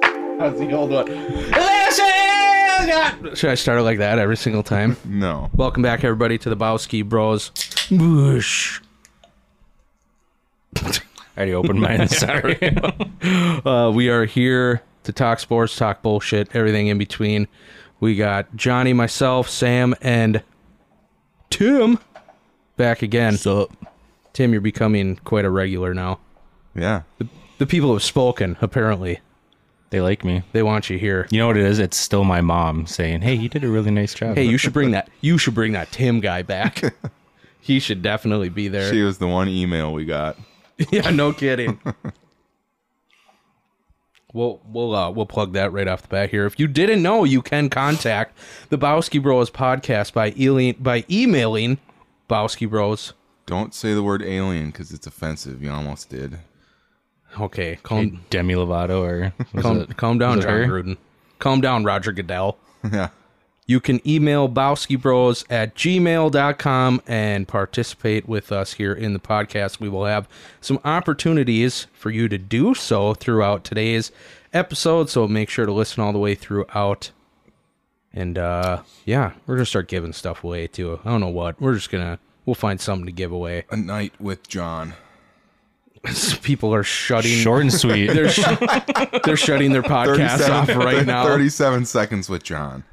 the old one. Listen! Should I start it like that every single time? No. Welcome back, everybody, to the Bowski Bros. Boosh. I already opened mine. Sorry. uh, we are here to talk sports, talk bullshit, everything in between. We got Johnny, myself, Sam, and Tim back again. So Tim, you're becoming quite a regular now. Yeah. The people have spoken, apparently. they like me. They want you here. You know what it is? It's still my mom saying, "Hey, you did a really nice job." Hey, you should bring that you should bring that Tim guy back. he should definitely be there. She was the one email we got. yeah, no kidding. we'll we'll uh, we'll plug that right off the bat here. If you didn't know, you can contact the Bowski Bros podcast by eling, by emailing Bowski Bros. Don't say the word alien because it's offensive. You almost did. Okay, calm Demi Lovato or was calm, it- calm down, was it John her? Gruden. Calm down, Roger Goodell. yeah. You can email bowskibros at gmail.com and participate with us here in the podcast. We will have some opportunities for you to do so throughout today's episode. So make sure to listen all the way throughout. And uh, yeah, we're going to start giving stuff away too. I don't know what. We're just going to, we'll find something to give away. A night with John. People are shutting. short and sweet. They're, sh- they're shutting their podcast off right now. 37 seconds with John.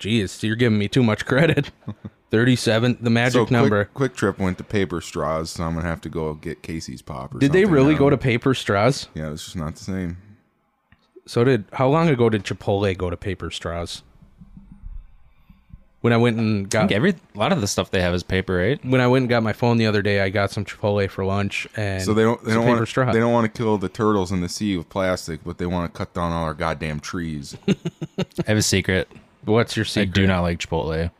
Jeez, you're giving me too much credit. 37, the magic So quick, number. quick trip went to paper straws, so I'm gonna have to go get Casey's pop. Or Did they something really now. go to paper straws? Yeah, it's just not the same. So did how long ago did Chipotle go to paper straws? When I went and I got think every a lot of the stuff they have is paper, right? when I went and got my phone the other day, I got some Chipotle for lunch and So they don't they some don't paper want straw. they don't want to kill the turtles in the sea with plastic, but they want to cut down all our goddamn trees. I have a secret. What's your I secret? do not like Chipotle. I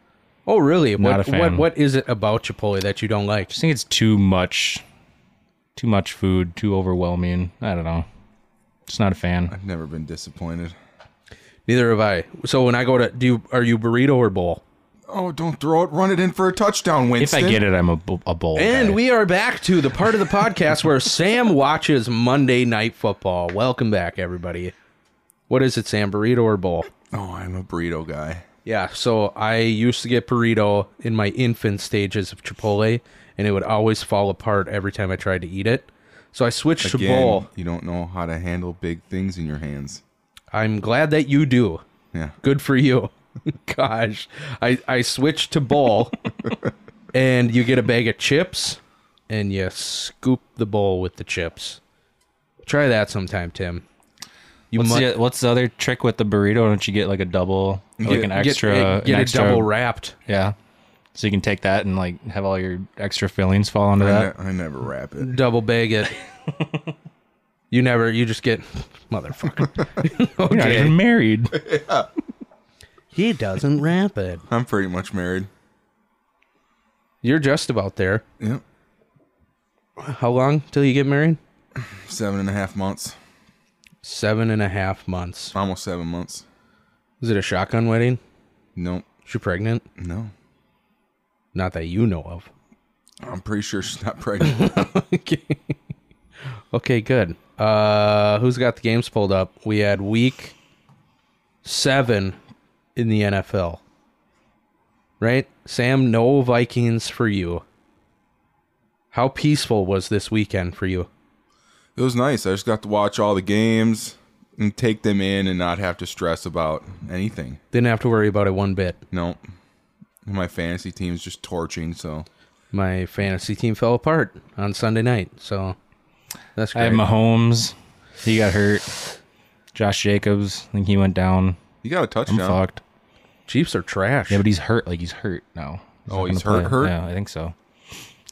Oh really? Not what a fan. what what is it about Chipotle that you don't like? just think it's too much, too much food, too overwhelming. I don't know. Just not a fan. I've never been disappointed. Neither have I. So when I go to do you are you burrito or bowl? Oh, don't throw it! Run it in for a touchdown, If Winston. I get it, I'm a, bu- a bowl. And guy. we are back to the part of the podcast where Sam watches Monday night football. Welcome back everybody. What is it, Sam? Burrito or bowl? Oh, I'm a burrito guy. Yeah, so I used to get burrito in my infant stages of Chipotle, and it would always fall apart every time I tried to eat it. So I switched to Again, bowl. you don't know how to handle big things in your hands. I'm glad that you do. Yeah. Good for you. Gosh, I I switched to bowl, and you get a bag of chips, and you scoop the bowl with the chips. Try that sometime, Tim. You what's, mu- the, what's the other trick with the burrito? Don't you get like a double, like an get- extra, get, an it extra- double wrapped. Yeah. So you can take that and like have all your extra fillings fall into I, that. ne- I never wrap it. double bag it. you never, you just get motherfucker. You're not okay. even married. He doesn't wrap it. I'm pretty much married. You're just about there. Yep. How long till you get married? Seven and a half months. Seven and a half months. Almost seven months. Is it a shotgun wedding? Nope. Is she pregnant? No. Not that you know of. I'm pretty sure she's not pregnant. okay. Okay, good. Uh who's got the games pulled up? We had week seven in the NFL. Right? Sam, no Vikings for you. How peaceful was this weekend for you? it was nice. I just got to watch all the games and take them in and not have to stress about anything. Didn't have to worry about it one bit. Nope. My fantasy team's just torching, so My fantasy team fell apart on Sunday night, so that's I great. have Mahomes. He got hurt. Josh Jacobs. I think he went down. you got a I'm touchdown. fucked. Chiefs are trash. Yeah, but he's hurt. Like he's hurt now. Oh, not he's gonna hurt- hurt? Yeah, I think so.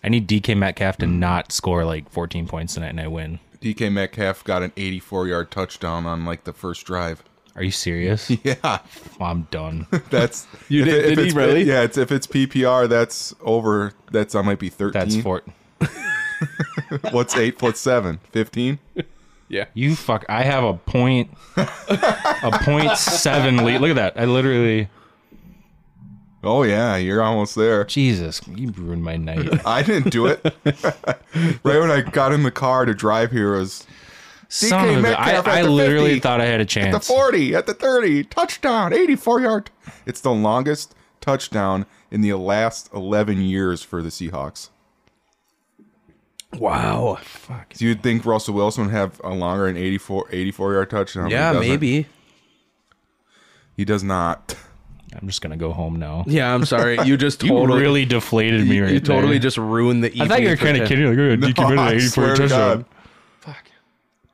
I need DK Metcalf to not score like 14 points tonight and I win. DK Metcalf got an 84 yard touchdown on like the first drive. Are you serious? Yeah, Well, I'm done. that's You if did- if did he it's- really? Yeah, it's if it's PPR, that's over. That's I might be 13. That's for What's eight plus seven? 15? you. Fuck. I have a point. a point seven lead. Look at that. I literally. Oh yeah, you're almost there. Jesus, you ruined my night. I didn't do it. right when I got in the car to drive here, I was Son of a, I, Metcalf at I the literally 50, thought I had a the chance. 40, at the 30, touchdown, 84 yard. It's the longest touchdown in the last 11 years for the Seahawks. Wow. So you'd think Russell Wilson would have a longer an 84, 84 yard touchdown. but he Yeah, doesn't. maybe. He does not. I'm just gonna go home now. Yeah, I'm sorry. You just You totally, really deflated me you, right you totally there. just ruined the evening. I thought you were for kind of Ken. kidding. Like, oh, No, DQ I at 80 for swear a to God. touchdown.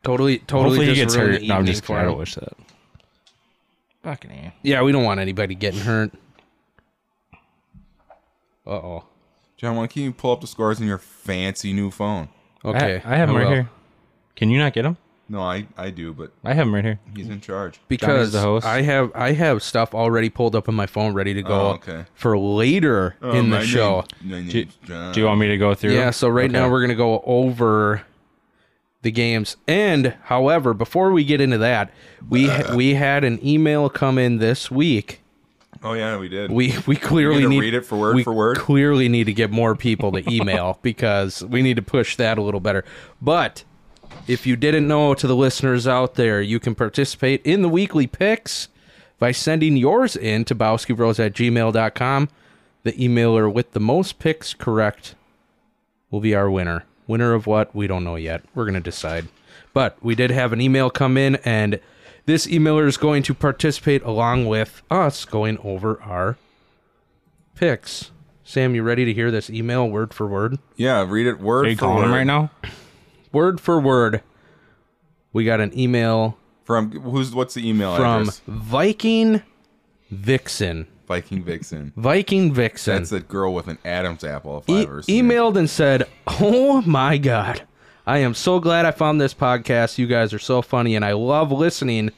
Totally, totally. Hopefully he just gets ruined hurt. the No, I'm evening just for kidding. I him. don't wish that. Fucking A. Yeah, we don't want anybody getting hurt. Uh oh. John, why can't you pull up the scores in your fancy new phone? Okay, Oh, I, I have him right will. here. Can you not get him? No, I, I do, but I have him right here. he's in charge. because the host. I have I have stuff already pulled up on my phone ready to go Oh, okay. for later Oh, Oh, in the show. Do, do you want me to go through? Yeah, so right now Okay. we're going to go over the games. And however, before we get into that, we Uh. ha- we had an email come in this week. oh, yeah, we did. We we clearly gonna need read it for word we for word? Clearly need to get more people to email because we need to push that a little better. But if you didn't know to the listeners out there, you can participate in the weekly picks by sending yours in to bowskibros at gmail.com. The emailer with the most picks correct will be our winner. Winner of what? We don't know yet. We're going to decide. But we did have an email come in, and this emailer is going to participate along with us going over our picks. Sam, you ready to hear this email word for word? yeah, read it word Are you for calling word. him right now? Word for word. We got an email From who's what's the email from address? Viking Vixen. Viking Vixen. Viking Vixen. That's that girl with an Adam's apple. If I e- ever seen it. emailed and said, "Oh my god, I am so glad I found this podcast. You guys are so funny, and I love listening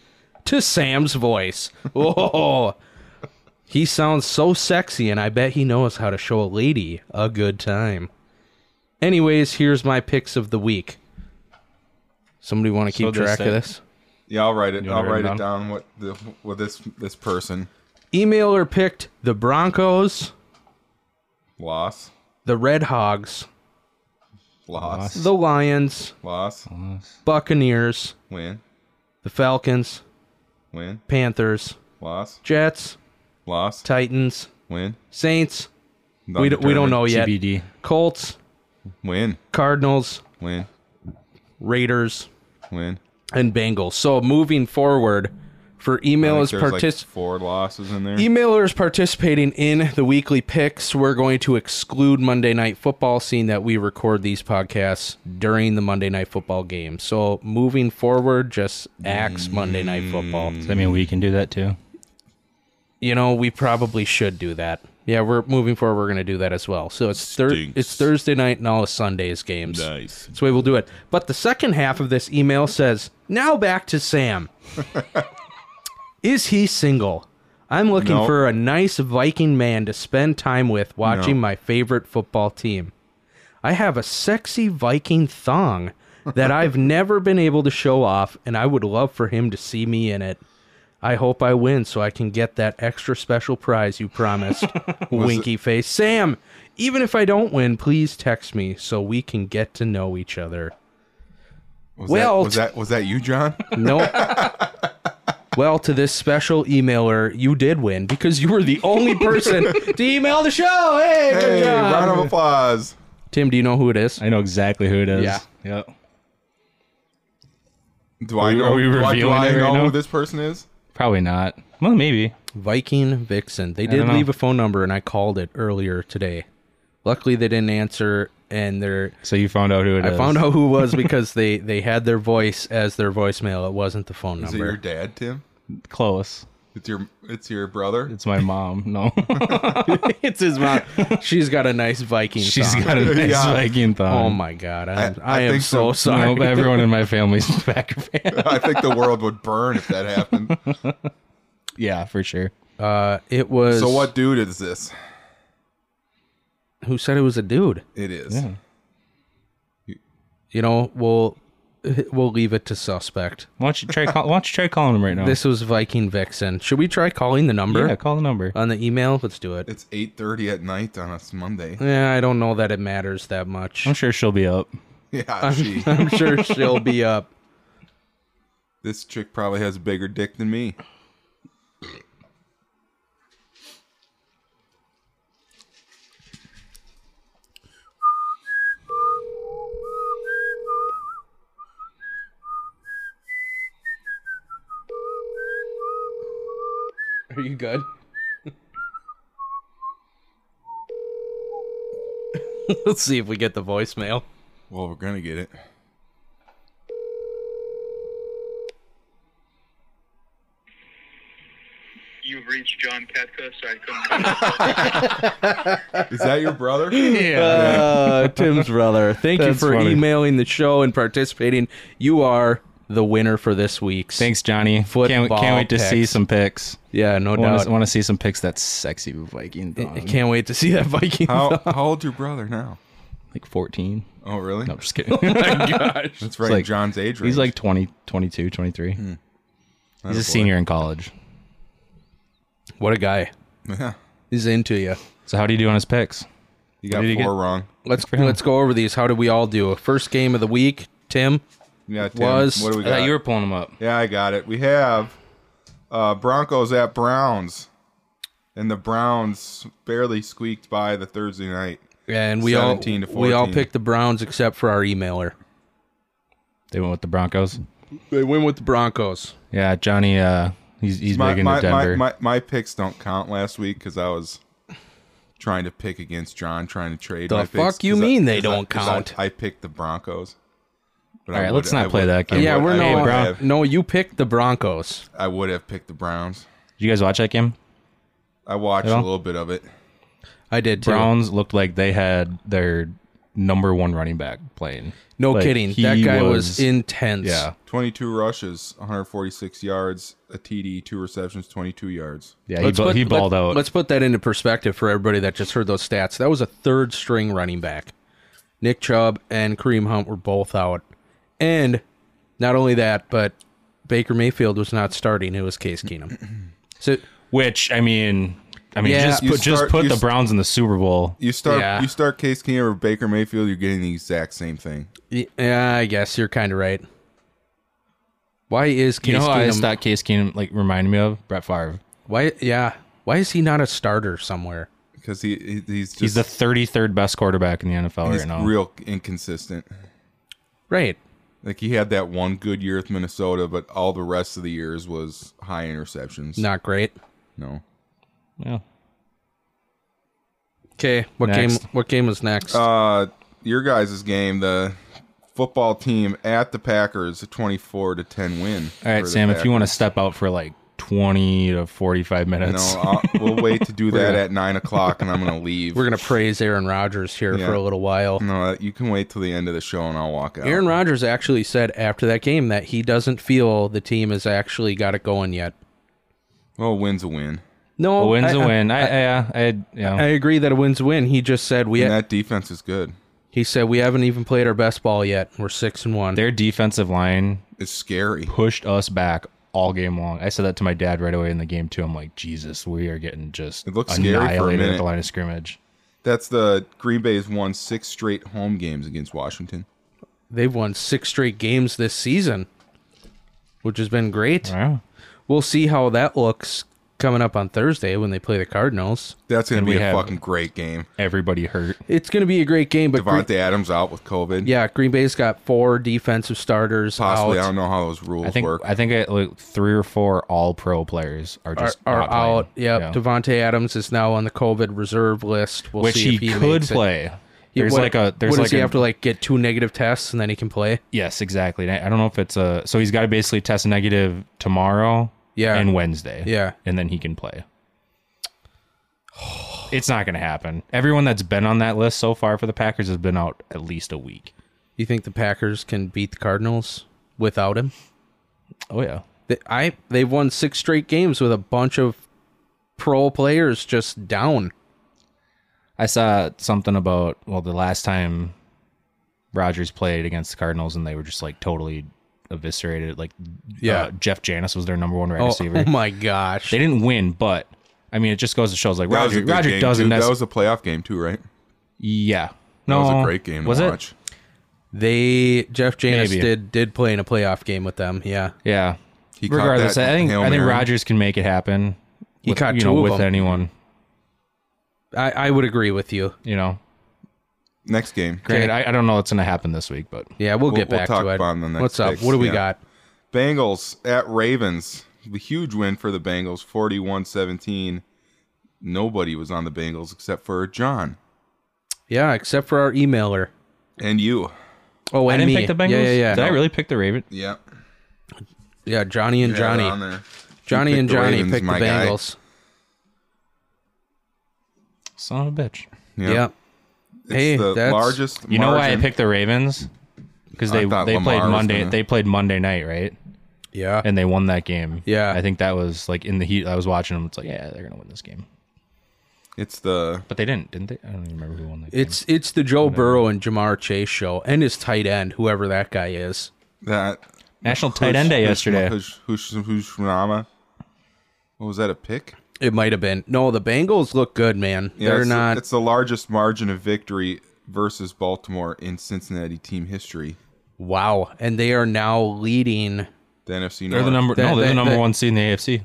to Sam's voice. Oh, he sounds so sexy, and I bet he knows how to show a lady a good time." Anyways, here's my picks of the week. Somebody want to keep So this track of thing- this? Yeah, I'll write it. wanna I'll write write it it down. What the what this this person Emailer picked the Broncos, loss the Red Hogs, loss the Lions, loss Buccaneers, win the Falcons, win Panthers, loss Jets, loss Titans, win. Saints. We don't, we don't know yet. TBD. Colts, Win Cardinals, win Raiders, win. and Bengals. So moving forward, for I think emailers there's, like, partic- E- four losses in there. emailers participating in the weekly picks, we're going to exclude Monday Night Football, seeing that we record these podcasts during the Monday Night Football game. So moving forward, just axe Monday Night Football. Does that mean we can do that too? you know, we probably should do that. Yeah, we're moving forward. We're going to do that as well. So it's thir- Stinks. it's Thursday night and all of Sunday's games. Nice. So we will do it. But the second half of this email says, "Now back to Sam. Is he single? I'm looking No. for a nice Viking man to spend time with watching No. my favorite football team. I have a sexy Viking thong that I've never been able to show off, and I would love for him to see me in it." I hope I win so I can get that extra special prize you promised. Winky face. Sam, even if I don't win, please text me so we can get to know each other. Was that, Well, was that was that you, John? Nope. well, to this special emailer, you did win because you were the only person to email the show. Hey, good hey, job. round of applause. Tim, do you know who it is? I know exactly who it is. Yeah. Yep. Do I we- know? are we do I- do revealing I it right know now? who this person is? Probably not. Well, maybe. Viking Vixen. They did don't know. leave a phone number and I called it earlier today. Luckily, they didn't answer and they're So you found out who it is. I found out who it was because they they had their voice as their voicemail. It wasn't the phone Is it your number. dad, Tim? Close. It's your it's your brother. It's my mom. No. it's his mom. She's got a nice Viking. She's song. got a nice Yeah. Viking thong. Oh my god, I'm, I- I I am think so so. I sorry. hope everyone in my family's Packer fan. I think the world would burn if that happened. yeah, for sure. Uh, it was. So what dude is this? Who said it was a dude? It is. Yeah. You know, we'll we'll leave it to suspect. Why don't you try? Call, why don't you try calling him right Oh. now? This was Viking Vixen. Should we try calling the number Yeah, call the number. on the email? Let's do it. It's eight thirty at night on a Monday. Yeah, I don't know that it matters that much. I'm sure she'll be up. Yeah, she. I'm sure she'll be up. This chick probably has a bigger dick than me. Are you good? Let's see if we get the voicemail. Well, we're gonna get it. You've reached John Ketka, so I couldn't come Is that your brother? Yeah. Uh, Tim's brother. Thank you That's for funny. emailing the show and participating. You are the winner for this week's. Thanks, Johnny. Can't, Football can't wait to picks. see some picks. Yeah, no I want doubt. to, want to see some picks. That's sexy Viking I dog. can't wait to see that Viking. How how old's your brother now? Like 14. Oh, really? No, I'm just kidding. That's right. in like- John's age range. He's like 20, 22, 23. He's a senior in college. What a guy. Yeah. He's into you. So how do you do on his picks? You got Did he four get- wrong. Let's let's go over these. How did we all do? First game of the week, Tim. Yeah, Tim, Was- what do we I got? thought you were pulling him up. Yeah, I got it. We have uh, Broncos at Browns, and the Browns barely squeaked by the Thursday night. And we all 17 to we all 14. picked the Browns except for our emailer. They went with the Broncos. They win with the Broncos. Yeah, Johnny. Uh, he's he's My big into my, my, Denver. my my picks don't count last week because I was trying to pick against John, trying to trade. The my picks fuck you 'cause I- mean they 'cause I- don't 'cause I- count? I, picked the Broncos. But I All right, would- let's not I play would- that I game. Yeah, would- we're I no would Brown- have- no. You picked the Broncos. I would have picked the Browns. Did you guys watch that game? I watched Yeah. a little bit of it. I did too. Browns looked like they had their number one running back playing. no Like, kidding. he That guy was, intense. Yeah, 22 rushes, 146 yards, a TD, two receptions, 22 yards. yeah. He, bu- he balled out. Let's put that into perspective for everybody that just heard those stats. That was a third string running back. Nick Chubb and Kareem Hunt were both out. And not only that, but Baker Mayfield was not starting. It was Case Keenum. So Which I mean, I mean, Yeah. just You put just start- put you the s- Browns in the Super Bowl. You start Yeah. you start Case Keenum or Baker Mayfield, you're getting the exact same thing. yeah, I guess you're kind of right. Why is Case You know who I Keenum? just thought Case Keenum like reminded me of Brett Favre. why? Yeah, why is he not a starter somewhere? Because he, he- he's just He's the thirty third best quarterback in the NFL he's right now. real inconsistent. Right. Like he had that one good year with Minnesota, but all the rest of the years was high interceptions. Not great. No. yeah. Okay. What Next. game? What game was next? Uh your guys' game, the football team at the Packers, a twenty four to ten win. All right, Sam. If you want to step out for like twenty to forty five no, minutes, I'll, we'll wait to do that gonna- at nine o'clock, and I'm going to leave. We're gonna praise Aaron Rodgers here Yeah. Mm. for a little while. No, uh, you can wait till the end of the show, and I'll walk out. Aaron Rodgers actually said after that game that he doesn't feel the team has actually got it going yet. well, a Oh, win's a win. No, a win's I, a I- win. I, yeah, I, yeah. I agree that a win's a win. He just said we. And that defense is good. he said we haven't even played our best ball yet. We're six and one. Their defensive line It's scary. pushed us back all game long. I said that to my dad right away in the game too. I'm like, Jesus, we are getting just It looks scary for a annihilated at minute. the line of scrimmage. That's the Green Bay's won six straight home games against Washington. They've won six straight games this season, which has been great. Wow. We'll see how that looks coming up on Thursday when they play the Cardinals. That's going And to be we a have- fucking great game. Everybody hurt. It's going to be a great game, but Gre- Devontae Adams out with COVID. yeah, Green Bay's got four defensive starters Possibly. I out. don't know how those rules I think work. I think I, like three or four all pro players are Are, just are not playing. out. Yep. Yeah. Devontae Adams is now on the COVID reserve list. We'll Which see he, if he could makes it. play. Yeah, There's what- like a there's what does like he a, have to like get two negative tests and then he can play? yes exactly. And I I don't know if it's a so he's got to basically test negative tomorrow. Yeah. and Wednesday. Yeah. and then he can play. It's not going to happen. Everyone that's been on that list so far for the Packers has been out at least a week. You think the Packers can beat the Cardinals without him? Oh yeah, They, I they've won six straight games with a bunch of pro players just down. I saw something about well the last time Rogers played against the Cardinals and they were just like totally eviscerated. Like Yeah. uh, Jeff Janis was their number one wide Oh, receiver. oh my gosh! They didn't win, but I mean it just goes to shows like that was a Roger good Roger game, doesn't too. That necessarily was a playoff game too, right? yeah. That No, was a great game to was it? watch. They Jeff Janis Maybe. did did play in a playoff game with them. Yeah, Yeah. He caught Regardless, that I think Hail I think Mary. Rogers can make it happen. He with, caught you two know of with them. anyone. I, I would agree with you. You know, Next game. granted, I, I don't know what's going to happen this week, but Yeah, we'll, We'll- get we'll back talk to it. about 'em the next What's up? picks, What do we yeah. got? Bengals at Ravens. A huge win for the Bengals, 41-17. Nobody was on the Bengals except for John Yeah, except for our emailer. and you. Oh, I and didn't me. pick the Bengals. Yeah, yeah, Did I yeah. really pick the Ravens? Yep. yeah, Johnny and Johnny. On there. Johnny You and picked the Johnny Ravens, picked the my guy. Bengals. Son of a bitch. Yeah. It's Hey, the that's- largest You know why I margin. picked the Ravens? Because I they thought they Lamar played was Monday. gonna- They played Monday night, right? Yeah. And they won that game. Yeah. I think that was like in the heat. I was watching them. It's like, yeah, they're gonna win this game, It's the but they didn't, didn't they? I don't even remember who won that. It's it's the Joe Burrow and Jamar Chase show and his tight end, whoever that guy is. that game. National Tight End Day yesterday. Hush, hush, hush, Rama. What was that? A pick? It might have been. No, the Bengals look good, man. They're it's, not. It's the largest margin of victory versus Baltimore in Cincinnati team history. wow, and they are now leading. The NFC They're North. the number. They- no, they're they- the number they- one seed in the AFC.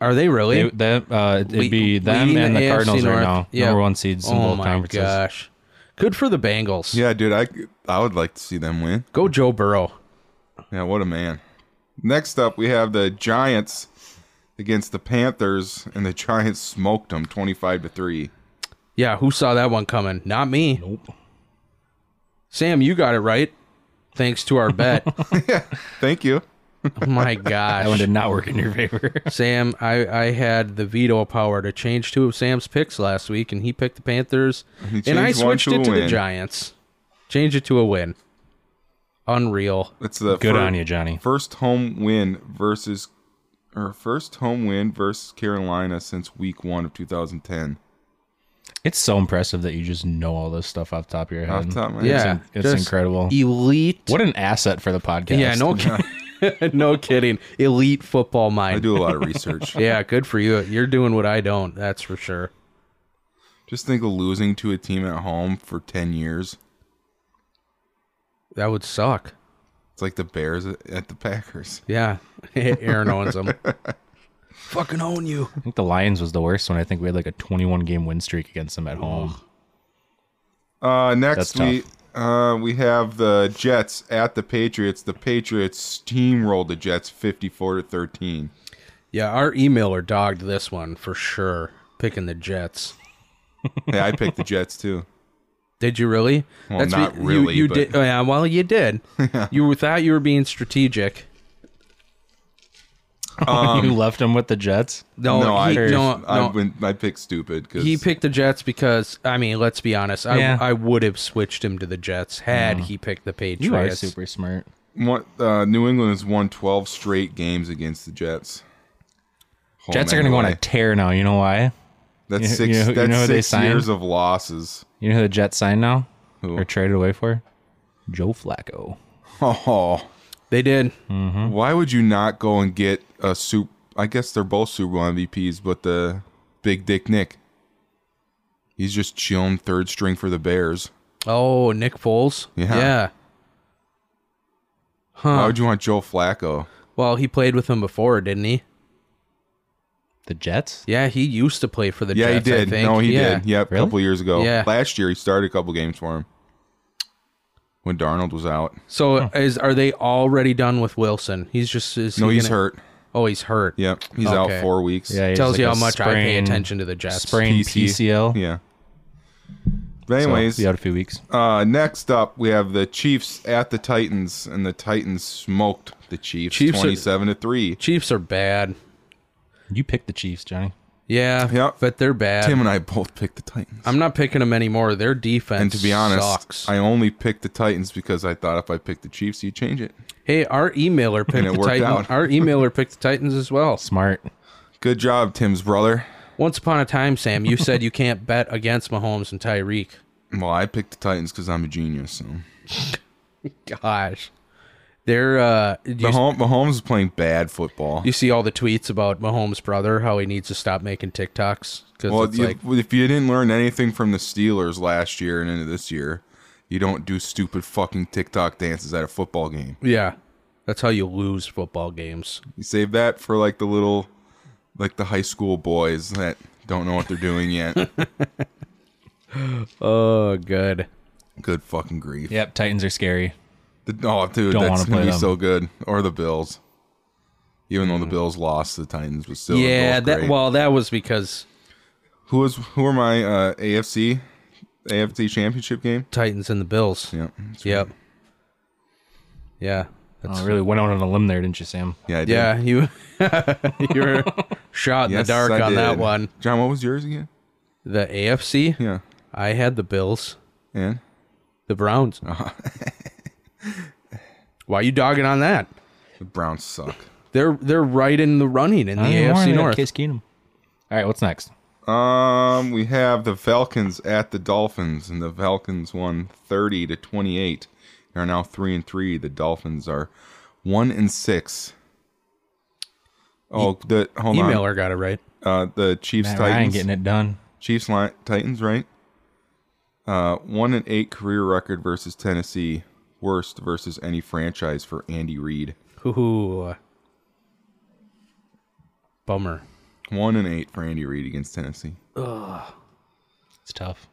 Are they really? They, that uh, it'd Le- be them leading and the, AFC Cardinals right North. now. Yeah. Number one seeds in oh both my conferences. gosh, good for the Bengals. Yeah, dude. I I would like to see them win. Go Joe Burrow. Yeah, what a man. Next up, we have the Giants against the Panthers, and the Giants smoked them twenty-five to three. Yeah, who saw that one coming? Not me. Nope. Sam, you got it right. Thanks to our bet. Thank you. oh my That one gosh. did not work in your favor. Sam, I, I had the veto power to change two of Sam's picks last week, and he picked the Panthers, and I changed one switched to it a to the win. Giants. Change it to a win. Unreal. It's the Good fir- on you, Johnny. First home win versus, or first home win versus Carolina since Week One of 2010. It's so impressive that you just know all this stuff off the top of your head. Off the top of my head. Yeah, it's just incredible. Elite. What an asset for the podcast. Yeah, no, kid- no kidding. Elite football mind. I do a lot of research. Yeah, good for you. You're doing what I don't. That's for sure. Just think of losing to a team at home for 10 years. That would suck. It's like the Bears at the Packers. Yeah, Aaron owns them. Fucking own you. I think the Lions was the worst one. I think we had like a 21 game win streak against them at home. Uh, That's next tough. we uh, we have the Jets at the Patriots. The Patriots steamrolled the Jets 54 to 13. Yeah, our emailer dogged this one for sure. Picking the Jets. Hey, I picked the Jets too. Did you really? Well, what not you- really, You, but- did. oh, yeah, well, you did. You were- thought you were being strategic. you Um, left them with the Jets. No, no, I, Oh, he, just- no, I, no. went, I picked stupid because he picked the Jets because I mean, let's be honest. I, Yeah. I would have switched him to the Jets Mm. had he picked the Patriots. You are super smart. uh, New England has won 12 straight games against the Jets. Home Jets are going to go on a anyway. tear now. You know why? That's you- six. you know- you that's know who they six years signed? of losses. You know who the Jets signed now? Who? Or traded away for? Joe Flacco. Oh, They did. Mm. Why would you not go and get a soup? I guess they're both Super Bowl MVPs, but the Big Dick Nick, he's just chilling third string for the Bears. Oh, Nick Foles. Yeah. Why Huh. would you want Joe Flacco? Well, he played with him before, didn't he? The Jets? Yeah, he used to play for the Yeah, Jets. he did. I think. No, he Yeah. did. Yep, a Really? couple years ago. Yeah. Last year, he started a couple games for him when Darnold was out. So is are they already done with Wilson? He's just is No, he he's gonna- hurt. Oh, he's hurt. Yep, he's Okay. out four weeks. he Tells has, you like, how a much I pay sprained- attention to the Jets. Sprained PC. PCL. yeah. But So, anyways, be out a few weeks. uh, next up we have the Chiefs at the Titans, and the Titans smoked the Chiefs, Chiefs are- twenty-seven to three. Chiefs are bad. You picked the Chiefs, Johnny. Yeah, Yep. but they're bad. Tim and I both picked the Titans. I'm not picking them anymore. Their defense and to be honest, sucks. I only picked the Titans because I thought if I picked the Chiefs, you'd change it. hey, our emailer picked it the worked Titans. out. Our emailer picked the Titans as well. Smart. Good job, Tim's brother. Once upon a time, Sam, you said you can't bet against Mahomes and Tyreek. Well, I picked the Titans because I'm a genius. So. Gosh, they're uh, do you, Mahom- Mahomes is playing bad football. you see all the tweets about Mahomes' brother, how he needs to stop making TikToks because well, it's you- like if you didn't learn anything from the Steelers last year and into this year, You don't do stupid fucking TikTok dances at a football game. Yeah. That's how you lose football games. You save that for like the little, like the high school boys that don't know what they're doing yet. Oh, good. Good fucking grief. Yep, Titans are scary. The, oh, dude, Don't that's wanna gonna play be them. so good. Or the Bills. Even though the Bills lost, the Titans was still Mm. yeah, both that great. well, that was because who was who are my uh, AFC AFC championship game? Titans and the Bills. Yeah, Yep. Yeah. That's, Oh, really went out on a limb there, didn't you, Sam? yeah, I did. yeah, you you were shot in Yes, the dark I on that did. one. John, what was yours again? The AFC, Yeah, I had the Bills, and the Browns. Why you dogging on that? the Browns suck. They're they're right in the running in the AFC North. Case Keenum. All right, what's next? Um, we have the Falcons at the Dolphins, and the Falcons won thirty to twenty-eight. They are now three and three. The Dolphins are one and six. Oh, the hold on. Emailer got it right. Uh, the Chiefs Matt Ryan Titans. getting it done. Chiefs line, Titans, right? Uh, one and eight career record versus Tennessee. Worst versus any franchise for Andy Reid. Ooh. Bummer. One and eight for Andy Reid against Tennessee. It's tough.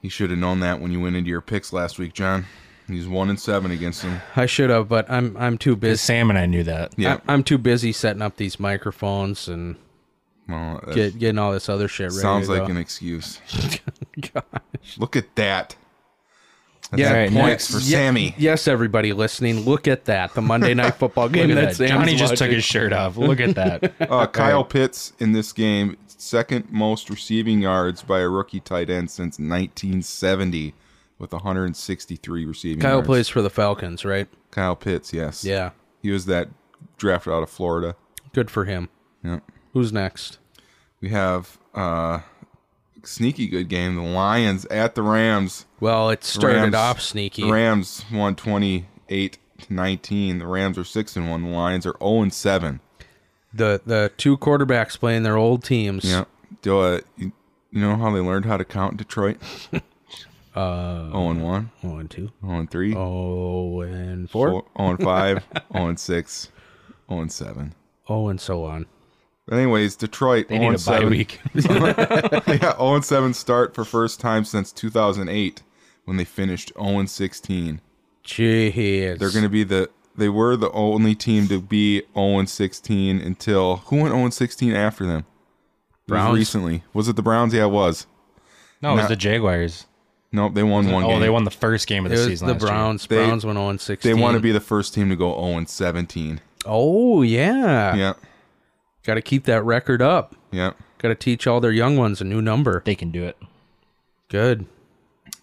You should have known that when you went into your picks last week, John. He's one and seven against them. I should have, but I'm I'm too busy. Sam and I knew that. Yeah. I, am too busy setting up these microphones and Well, that get, getting all this other shit ready. sounds to like go. an excuse. Look at that. That's Yeah, yeah, right, points next. for Ye- Sammy. Yes, everybody listening, look at that. The Monday Night Football game Look at that that. Sam's Johnny just took watching. his shirt off. Look at that. Uh, Kyle Pitts in this game, second most receiving yards by a rookie tight end since 1970, with 163 receiving. Kyle yards. plays for the Falcons, right? Kyle Pitts, yes. Yeah. He was that drafted out of Florida. Good for him. Yeah. Who's next? We have uh, sneaky good game. The Lions at the Rams. Well, it started Rams- off sneaky. The Rams won 28 to 19. The Rams are six and one. The Lions are 0 and seven. The the two quarterbacks playing their old teams. Yeah. Do uh, you, you know how they learned how to count in Detroit? uh, 0 and one. Oh, and two. 0 and 3, oh, Oh, and four. 4, 0 and 5, 0 and 6, 0 and 7. Oh, and so on. But anyways, Detroit They 0 need a and bye 7. week. yeah, 0 and 7 start for first time since 2008 when they finished 0 and 16. Jeez. They're going to be the they were the only team to be 0 and 16 until who went 0 and 16 after them? It was Browns. recently. Was it the Browns? Yeah, it was. No, it was Not- the Jaguars. Nope, they won one oh, game. they won the first game of It the was season. the last year. Browns. They- Browns went on sixteen. They want to be the first team to go 0 and 17. Oh yeah. Yeah. Got to keep that record up. Yeah. Got to teach all their young ones a new number. They can do it. Good.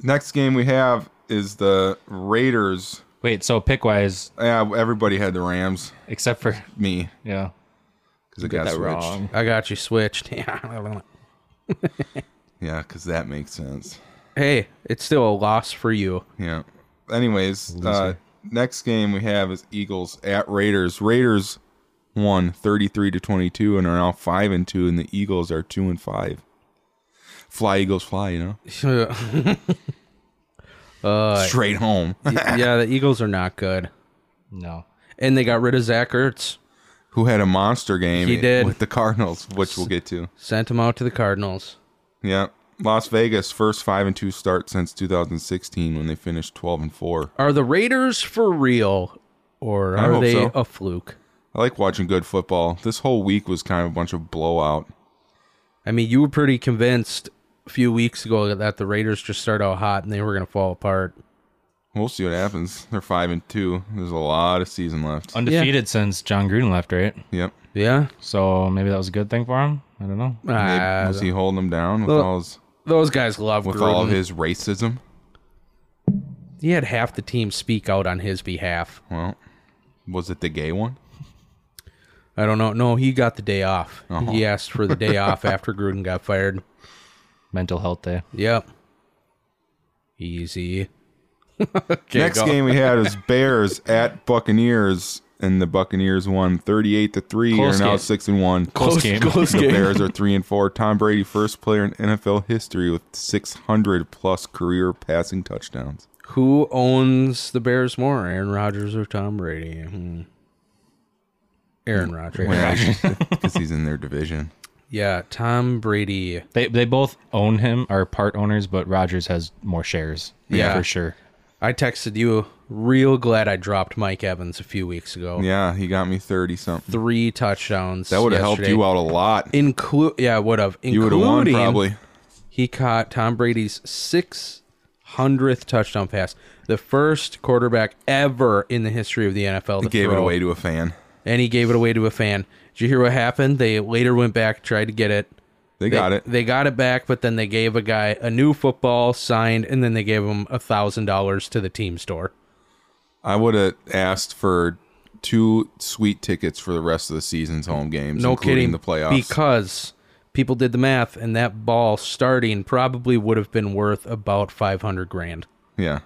Next game we have is the Raiders. Wait, so pick wise, Yeah, everybody had the Rams. except for Me, yeah, because it got that switched. wrong. I got you switched. Yeah. Yeah, because that makes sense. hey, it's still a loss for you. Yeah. Anyways, uh, next game we have is Eagles at Raiders. Raiders won 33 to 22 and are now 5 and 2 and the Eagles are 2 and 5. Fly Eagles fly, you know. yeah, Straight home. the Eagles are not good, No, and they got rid of Zach Ertz, Who had a monster game He did. with the Cardinals, which we'll get to. sent him out to the Cardinals. Yeah. Las Vegas first 5 and 2 start since 2016 when they finished 12 and 4. Are the Raiders for real, or I are hope they so. a fluke? I like watching good football. This whole week was kind of a bunch of blowout. I mean, you were pretty convinced a few weeks ago that the Raiders just started out hot and they were going to fall apart. We'll see what happens. They're 5 and 2. There's a lot of season left. undefeated since John Gruden left, right? Yep. Yeah, So maybe that was a good thing for him. I don't know. Maybe, Ah, was he holding him down with Well, all his those guys love with Gruden. all of his racism? He had half the team speak out on his behalf. Well, was it the gay one? I don't know. No, he got the day off. Uh-huh. He asked for the day off after Gruden got fired. Mental health day. Yep. Easy. okay, Next go. game we had is Bears at Buccaneers, and the Buccaneers won thirty-eight to three. Are Close now game. six and one. Close game. Close The game. Bears are three and four. Tom Brady, first player in NFL history with six hundred plus career passing touchdowns. Who owns the Bears more, Aaron Rodgers or Tom Brady? Hmm. Aaron Mm. Rodgers. because he's in their division. Yeah, Tom Brady. They they both own him, are part owners, but Rogers has more shares. Yeah. for sure. I texted you, real glad I dropped Mike Evans a few weeks ago. Yeah, he got me thirty something. Three touchdowns. That would have helped you out a lot. Include yeah, would have. You would have won probably. He caught Tom Brady's six hundredth touchdown pass, the first quarterback ever in the history of the NFL. To Gave it throw. away to a fan. and he gave it away to a fan. Did you hear what happened? They later went back, tried to get it. They got it. They got it back, but then they gave a guy a new football signed, and then they gave him a thousand dollars to the team store. I would have asked for two sweet tickets for the rest of the season's home games, No including kidding. the playoffs. Because people did the math, and that ball starting probably would have been worth about five hundred grand yeah,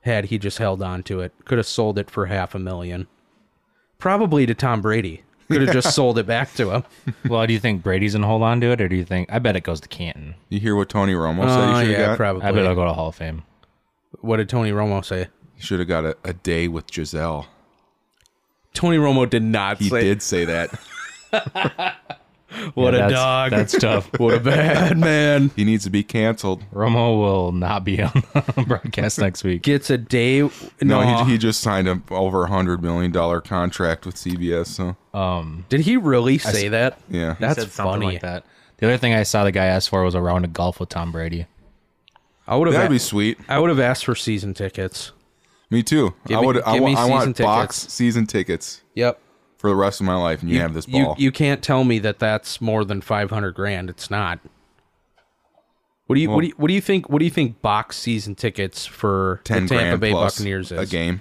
had he just held on to it. Could have sold it for half a million, probably to Tom Brady. Could have just sold it back to him. well, do you think Brady's gonna hold on to it, or do you think I bet it goes to Canton? you hear what Tony Romo Oh, said? He should have yeah, got. probably. I bet it'll go to Hall of Fame. What did Tony Romo say? He should have got a, a day with Giselle. Tony Romo did not He say did say that. What Yeah, a that's- dog. That's tough. what a bad man. He needs to be canceled. Romo will not be on the broadcast next week. Gets a day. No, No, he, he just signed a over a hundred million dollar contract with CBS. So did he really say that? yeah, That's said something funny. like that. The other thing I saw the guy ask for was a round of golf with Tom Brady. I would that'd have. be a- sweet. I would have asked for season tickets. Me too. I me- would. I, give wa- me I want season box tickets. season tickets Yep. for the rest of my life, and you, have this You ball. you can't tell me that that's more than five hundred grand. It's not. What do you what do you, what do you think? What do you think box season tickets for Ten the Tampa grand Bay plus Buccaneers is a game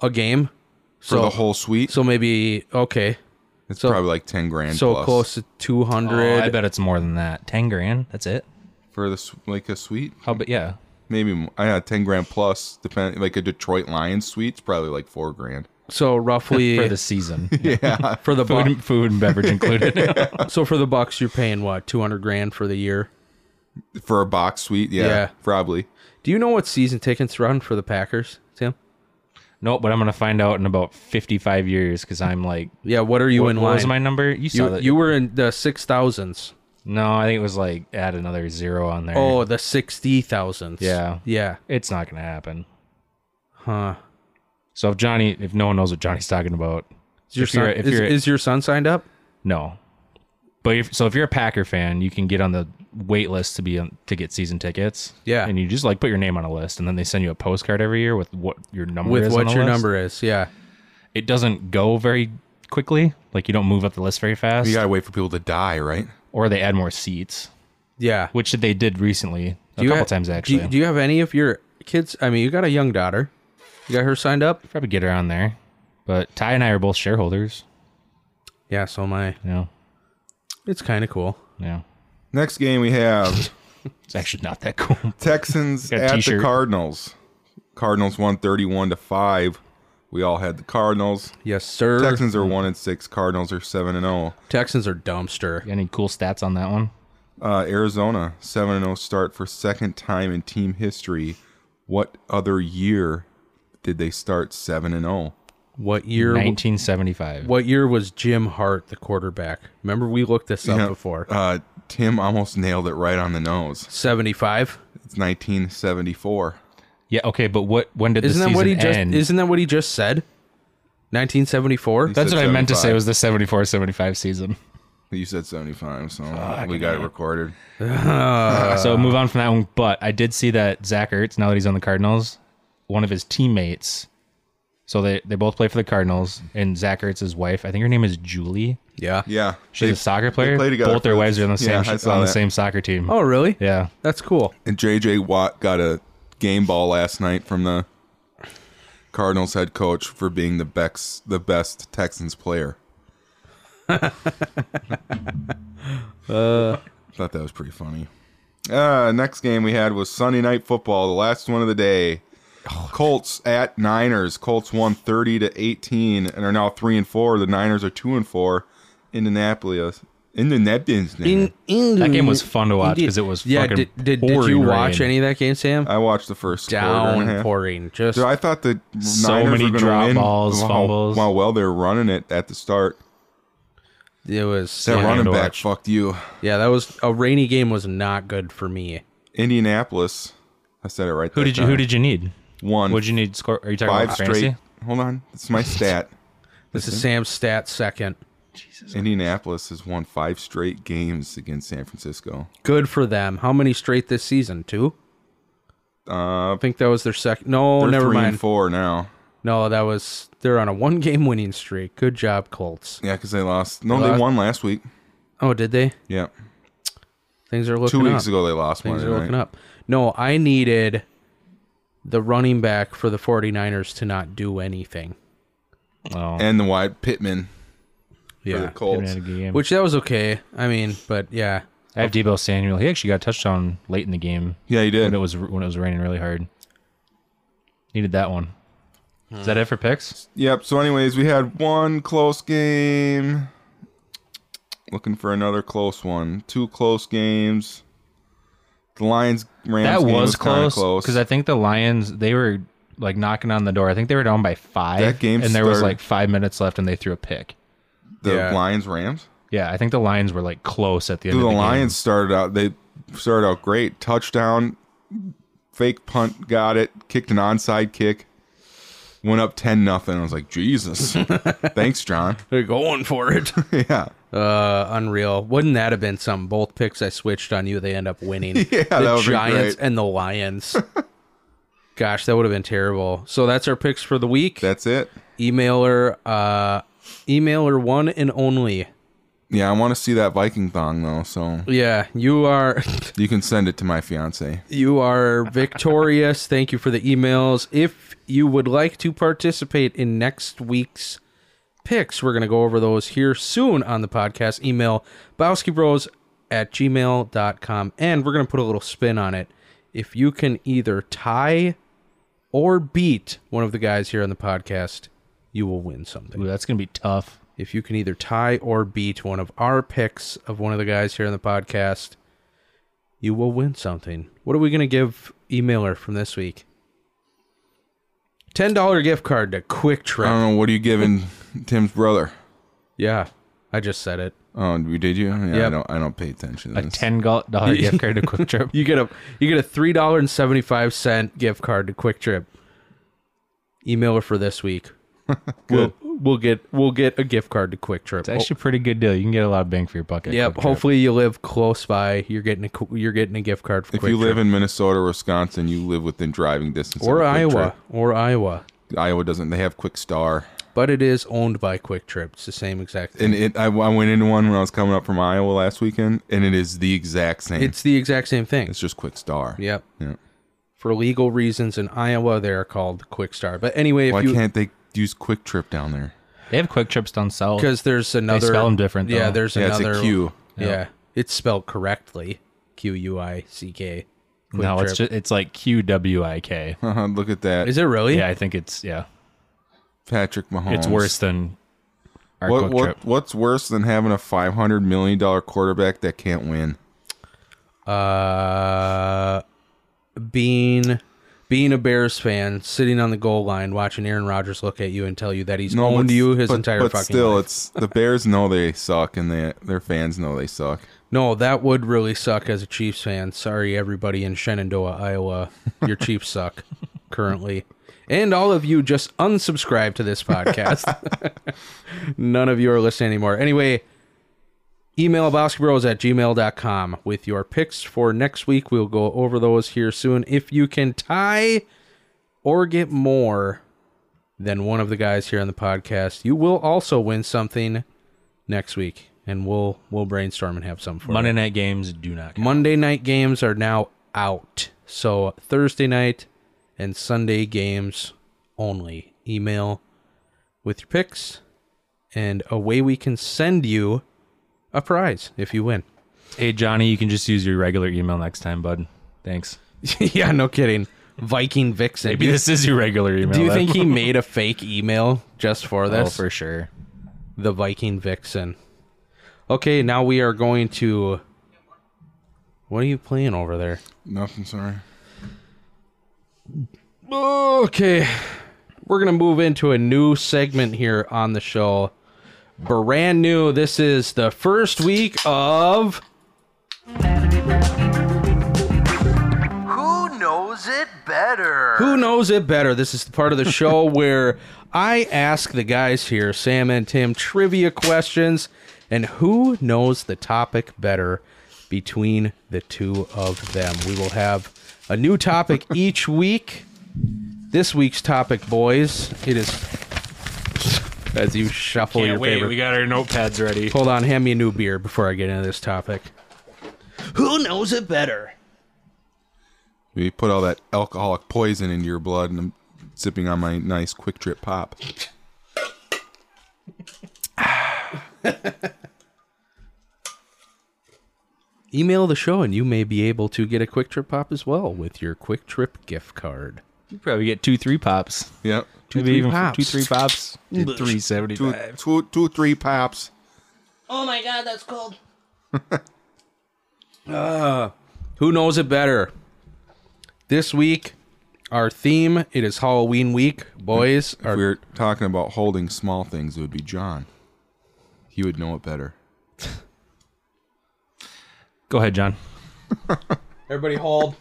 A game. for So the whole suite. so maybe okay. it's so- probably like ten grand. So plus. close to two Oh, hundred. I bet it's more than that. Ten grand. That's it. for the s- like a suite, How? But yeah, maybe mo- I had ten grand plus. Depend like a Detroit Lions suite's probably like four grand. so roughly for the season, Yeah, for the food, Buc- and- food and beverage included. so for the Bucks you're paying what two hundred grand for the year. for a box suite, yeah, Yeah. probably. Do you know what season tickets run for the Packers, Tim? nope, but I'm gonna find out in about 55 years because I'm like, Yeah, what are you what, in what line? was my number? You saw you, that? you were in the six thousands. no, I think it was like add another zero on there. Oh, the sixty thousands. Yeah. yeah. it's not gonna happen. Huh. So if Johnny, if no one knows what Johnny's talking about, Is your if you're, son, a- if is, you're a- is your son signed up? no, but if, so if you're a Packer fan, you can get on the wait list to be on, to get season tickets. Yeah. and you just like put your name on a list, and then they send you a postcard every year with what your number With is on what the your list. number is, yeah. It doesn't go very quickly. Like you don't move up the list very fast, You gotta wait for people to die, right? or they add more seats, Yeah. which they did recently a Do you ha- couple times do you- actually. Do you, have any of your kids? I mean, you got a young daughter. You got her signed up? Probably get her on there, but Ty and I are both shareholders. Yeah, so am I. You know, It's kind of cool. yeah, Next game we have it's actually not that cool. Texans Got a at the t-shirt. Cardinals. Cardinals won thirty-one to five. We all had the Cardinals. Yes, sir. Texans are one and six. Cardinals are seven and oh. zero. Texans are dumpster. Any cool stats on that one? Uh, Arizona seven and zero start for second time in team history. What other year did they start seven and oh? zero? What year? 1975. What year was Jim Hart the quarterback? Remember, we looked this up Yeah. before. Uh, Tim almost nailed it right on the nose. Seventy-five. It's 1974. Yeah, okay, but what? When did Isn't the that season what he just? end? Isn't that what he just said? Nineteen seventy-four. That's said what I meant to say 75. was the 74-75 season. You said 75, so we got it recorded. Uh, so move on from that one. But I did see that Zach Ertz, now that he's on the Cardinals, one of his teammates. So they they both play for the Cardinals, and Zach Ertz's wife, I think her name is Julie. Yeah. Yeah, She's they- a soccer player. play together both their for the- wives are on the Yeah, same I sh- saw on the that. same soccer team. Oh, really? Yeah, That's cool. And JJ Watt got a game ball last night from the Cardinals head coach for being the Bex, the best Texans player. Thought that was pretty funny. Uh, next game we had was Sunday night football, the last one of the day. Colts at Niners. Colts won thirty to eighteen and are now three and four. The Niners are two and four. Indianapolis In the napkins. In, in That game was fun to watch 'cause it was yeah. fucking Did, did, did pouring you watch rain. any of that game, Sam? I watched the first quarter and a half. Downpouring, just Uh-huh. Dude, I thought the So Niners many were gonna drop win balls, while- fumbles. While well, they're running it at the start. it was That yeah, running to back watch. fucked you. yeah. That was a rainy game. Was not good for me. Indianapolis. I said it right. Who that did you Who time. did you need? one? What'd you need? Score? Are you talking five about straight? fantasy? Hold on, it's my stat. This is Sam's stat second. Indianapolis has won five straight games against San Francisco. Good for them. How many straight this season? Two. Uh, I think that was their second. Oh, No, they're never three mind. And four now. No, that was they're on a one game winning streak. Good job, Colts. Yeah, because they lost. No, They they lost- won last week. Oh, did they? Yeah, Things are looking two weeks up. ago they lost Things Monday are looking night. up. No, I needed the running back for the 49ers to not do anything. Oh, And the wide Pittman for the Yeah. Colts. had a good game. Which that was okay. I mean, but yeah. I have Debo Samuel. He actually got a touchdown late in the game Yeah, he did. when it was when it was raining really hard. Needed that one. Is that it for picks? Yep. So, anyways, we had one close game. Looking for another close one. Two close games. The Lions Rams that game was, was, kinda close because I think the Lions they were like knocking on the door. I think they were down by five. That game and there was started- like five minutes left, and they threw a pick. the Yeah. Lions Rams. Yeah, I think the Lions were like close at the end. Dude, the of the game. Lions started out. They started out great. Touchdown, fake punt, got it. Kicked an onside kick. Went up ten nothing. I was like, Jesus, thanks, John. They're going for it. Yeah, uh unreal. Wouldn't that have been some both picks I switched on you they end up winning. Yeah, the that would've been Giants great. and the Lions. Gosh, that would have been terrible. So that's our picks for the week. that's it. emailer uh emailer one and only Yeah, I want to see that Viking thong though, so yeah you are you can send it to my fiance. you are victorious thank you for the emails if you would like to participate in next week's picks we're going to go over those here soon on the podcast email bowskybros at gmail.com and we're going to put a little spin on it if you can either tie or beat one of the guys here on the podcast you will win something Ooh, that's gonna be tough. if you can either tie or beat one of our picks of one of the guys here on the podcast, you will win something. What are we going to give emailer from this week? $10 gift card to Quick I Uh, Trip. don't know. What are you giving Tim's brother? Yeah, I just said it. Oh, you- did you? Yeah, I Yep. don't. I don't pay attention. To A this. ten oh, dollar gift card to Quick Trip. You get a you get a $3.75 gift card to Quick Trip. Emailer for this week. we'll we'll get we'll get a gift card to Quick Trip. It's actually a pretty good deal. You can get a lot of bang for your buck. at Yep. Quick Trip. Hopefully you live close by. You're getting a qu- you're getting a gift card for if Quick you Trip. live in Minnesota, or Wisconsin, you live within driving distance. of or a Quick Iowa or Iowa, Trip. Iowa doesn't. They have Quick Star, but it is owned by Quick Trip. It's the same exact thing. and it. I, I went into one when I was coming up from Iowa last weekend, and it is the exact same. It's, It's the exact same thing. just Quick Star. Yep. Yeah. For legal reasons in Iowa, they are called Quick Star. But anyway, if Why you can't they use Quick Trip down there? they have Quick Trips down south. because there's another spell 'em different, Yeah, though. there's Yeah, it's a another Q. Yeah, it's spelled correctly. Q U I C K. Quick No, it's Trip. just it's like Q W I K. Look at that, Is it really? Yeah, I think it's yeah. Patrick Mahomes. It's worse than our What, Quick what Trip. what's worse than having a five hundred million dollar quarterback that can't win? Uh, being being a Bears fan, sitting on the goal line, watching Aaron Rodgers look at you and tell you that he's owned but- you his but- entire but fucking still, life. it's the Bears know they suck, and they, their fans know they suck. No, that would really suck as a Chiefs fan. Sorry, everybody in Shenandoah, Iowa. Your Chiefs suck currently. And all of you just unsubscribe to this podcast. None of you are listening anymore. Anyway, email basketballs at gmail.com with your picks for next week. We'll go over those here soon. If you can tie or get more than one of the guys here on the podcast, you will also win something next week. And we'll we'll brainstorm and have some for you. Monday night games do not. Count. Monday night games are now out. So Thursday night and Sunday games only. Email with your picks and away we can send you a prize if you win. Hey Johnny, you can just use your regular email next time, bud. Thanks. yeah, no kidding. Viking Vixen. Maybe this is your regular email. Do you then. think he made a fake email just for Oh, this? for sure. the Viking Vixen. Okay, now we are going to. What are you playing over there? Nothing, sorry. Okay, we're gonna move into a new segment here on the show. Brand new. This is the first week of. Who knows it better? Who knows it better? This is the part of the show where I ask the guys here, Sam and Tim, trivia questions, and who knows the topic better between the two of them. We will have a new topic each week. This week's topic, boys, it is as you shuffle your Can't wait. favorite. We got our notepads ready. Hold on, hand me a new beer before I get into this topic. Who knows it better? We put all that alcoholic poison into your blood, and I'm sipping on my nice quick trip pop. Email the show and you may be able to get a Quick Trip Pop as well with your Quick Trip gift card. You probably get two, three pops. Yep. Two, three even pops. Two, three pops. Three seventy Two, five. two, two, three pops. Oh Who knows it better? This week, our theme it is Halloween week. Boys, If our, we were talking about holding small things, it would be John. He would know it better. Go ahead, John. everybody hold.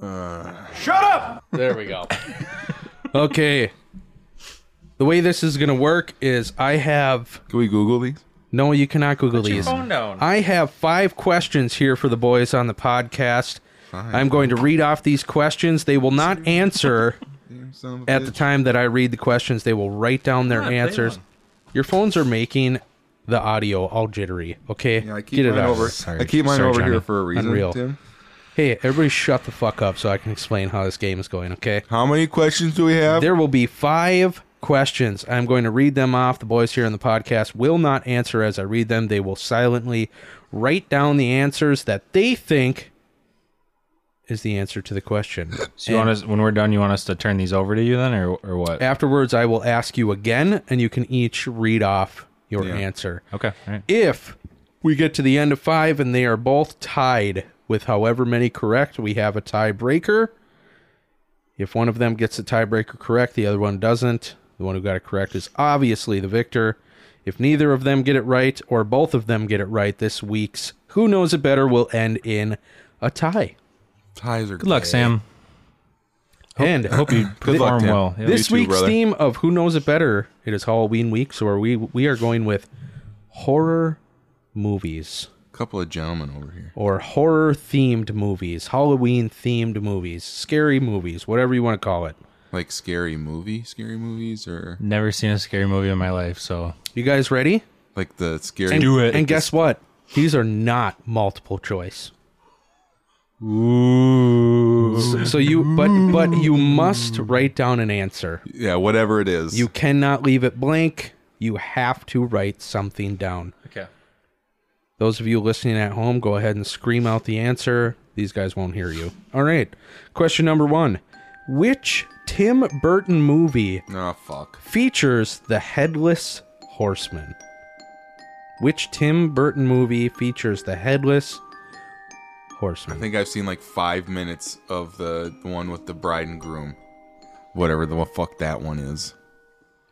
Shut up! There we go. okay. The way this is gonna work is I have Can we Google these? no, you cannot Google these. down. I have five questions here for the boys on the podcast. i I'm going to read off these questions. They will not answer Son of a at the bitch. time that I read the questions. They will write down Ah, their answers. Your phones are making the audio all jittery. Okay, Yeah, I keep mine out. over. I keep mine Sorry, over Johnny. here for a reason, Unreal. Tim. Hey, everybody, shut the fuck up so I can explain how this game is going. Okay. How many questions do we have? There will be five questions. I'm going to read them off. The boys here on the podcast will not answer as I read them. They will silently write down the answers that they think is the answer to the question. So you want us when we're done, you want us to turn these over to you then, or or what? Afterwards, I will ask you again, and you can each read off your answer. Okay. All right. If we get to the end of five and they are both tied with however many correct, we have a tiebreaker. If one of them gets the tiebreaker correct, the other one doesn't. The one who got it correct is obviously the victor. If neither of them get it right, or both of them get it right, this week's Who Knows It Better will end in a tie. Ties are Good luck, Sam. And Hope you Good luck, perform Tim. well. Yeah. this too, week's brother. theme of Who Knows It Better, it is Halloween week, so are we we are going with horror movies. couple of gentlemen over here. or horror themed movies, Halloween themed movies, scary movies, whatever you want to call it. Like scary movie, scary movies, or Never seen a scary movie in my life, so You guys ready? like the scary. And, Do it. And guess what? These are not multiple choice. Ooh. So, so you but but you must write down an answer. yeah, whatever it is. You cannot leave it blank. You have to write something down. Okay. Those of you listening at home, go ahead and scream out the answer. These guys won't hear you. All right. Question number 1. Which Tim Burton movie oh fuck. features the headless horseman. Which Tim Burton movie features the headless I horseman? think I've seen like five minutes of the, the one with the bride and groom. Whatever the fuck that one is.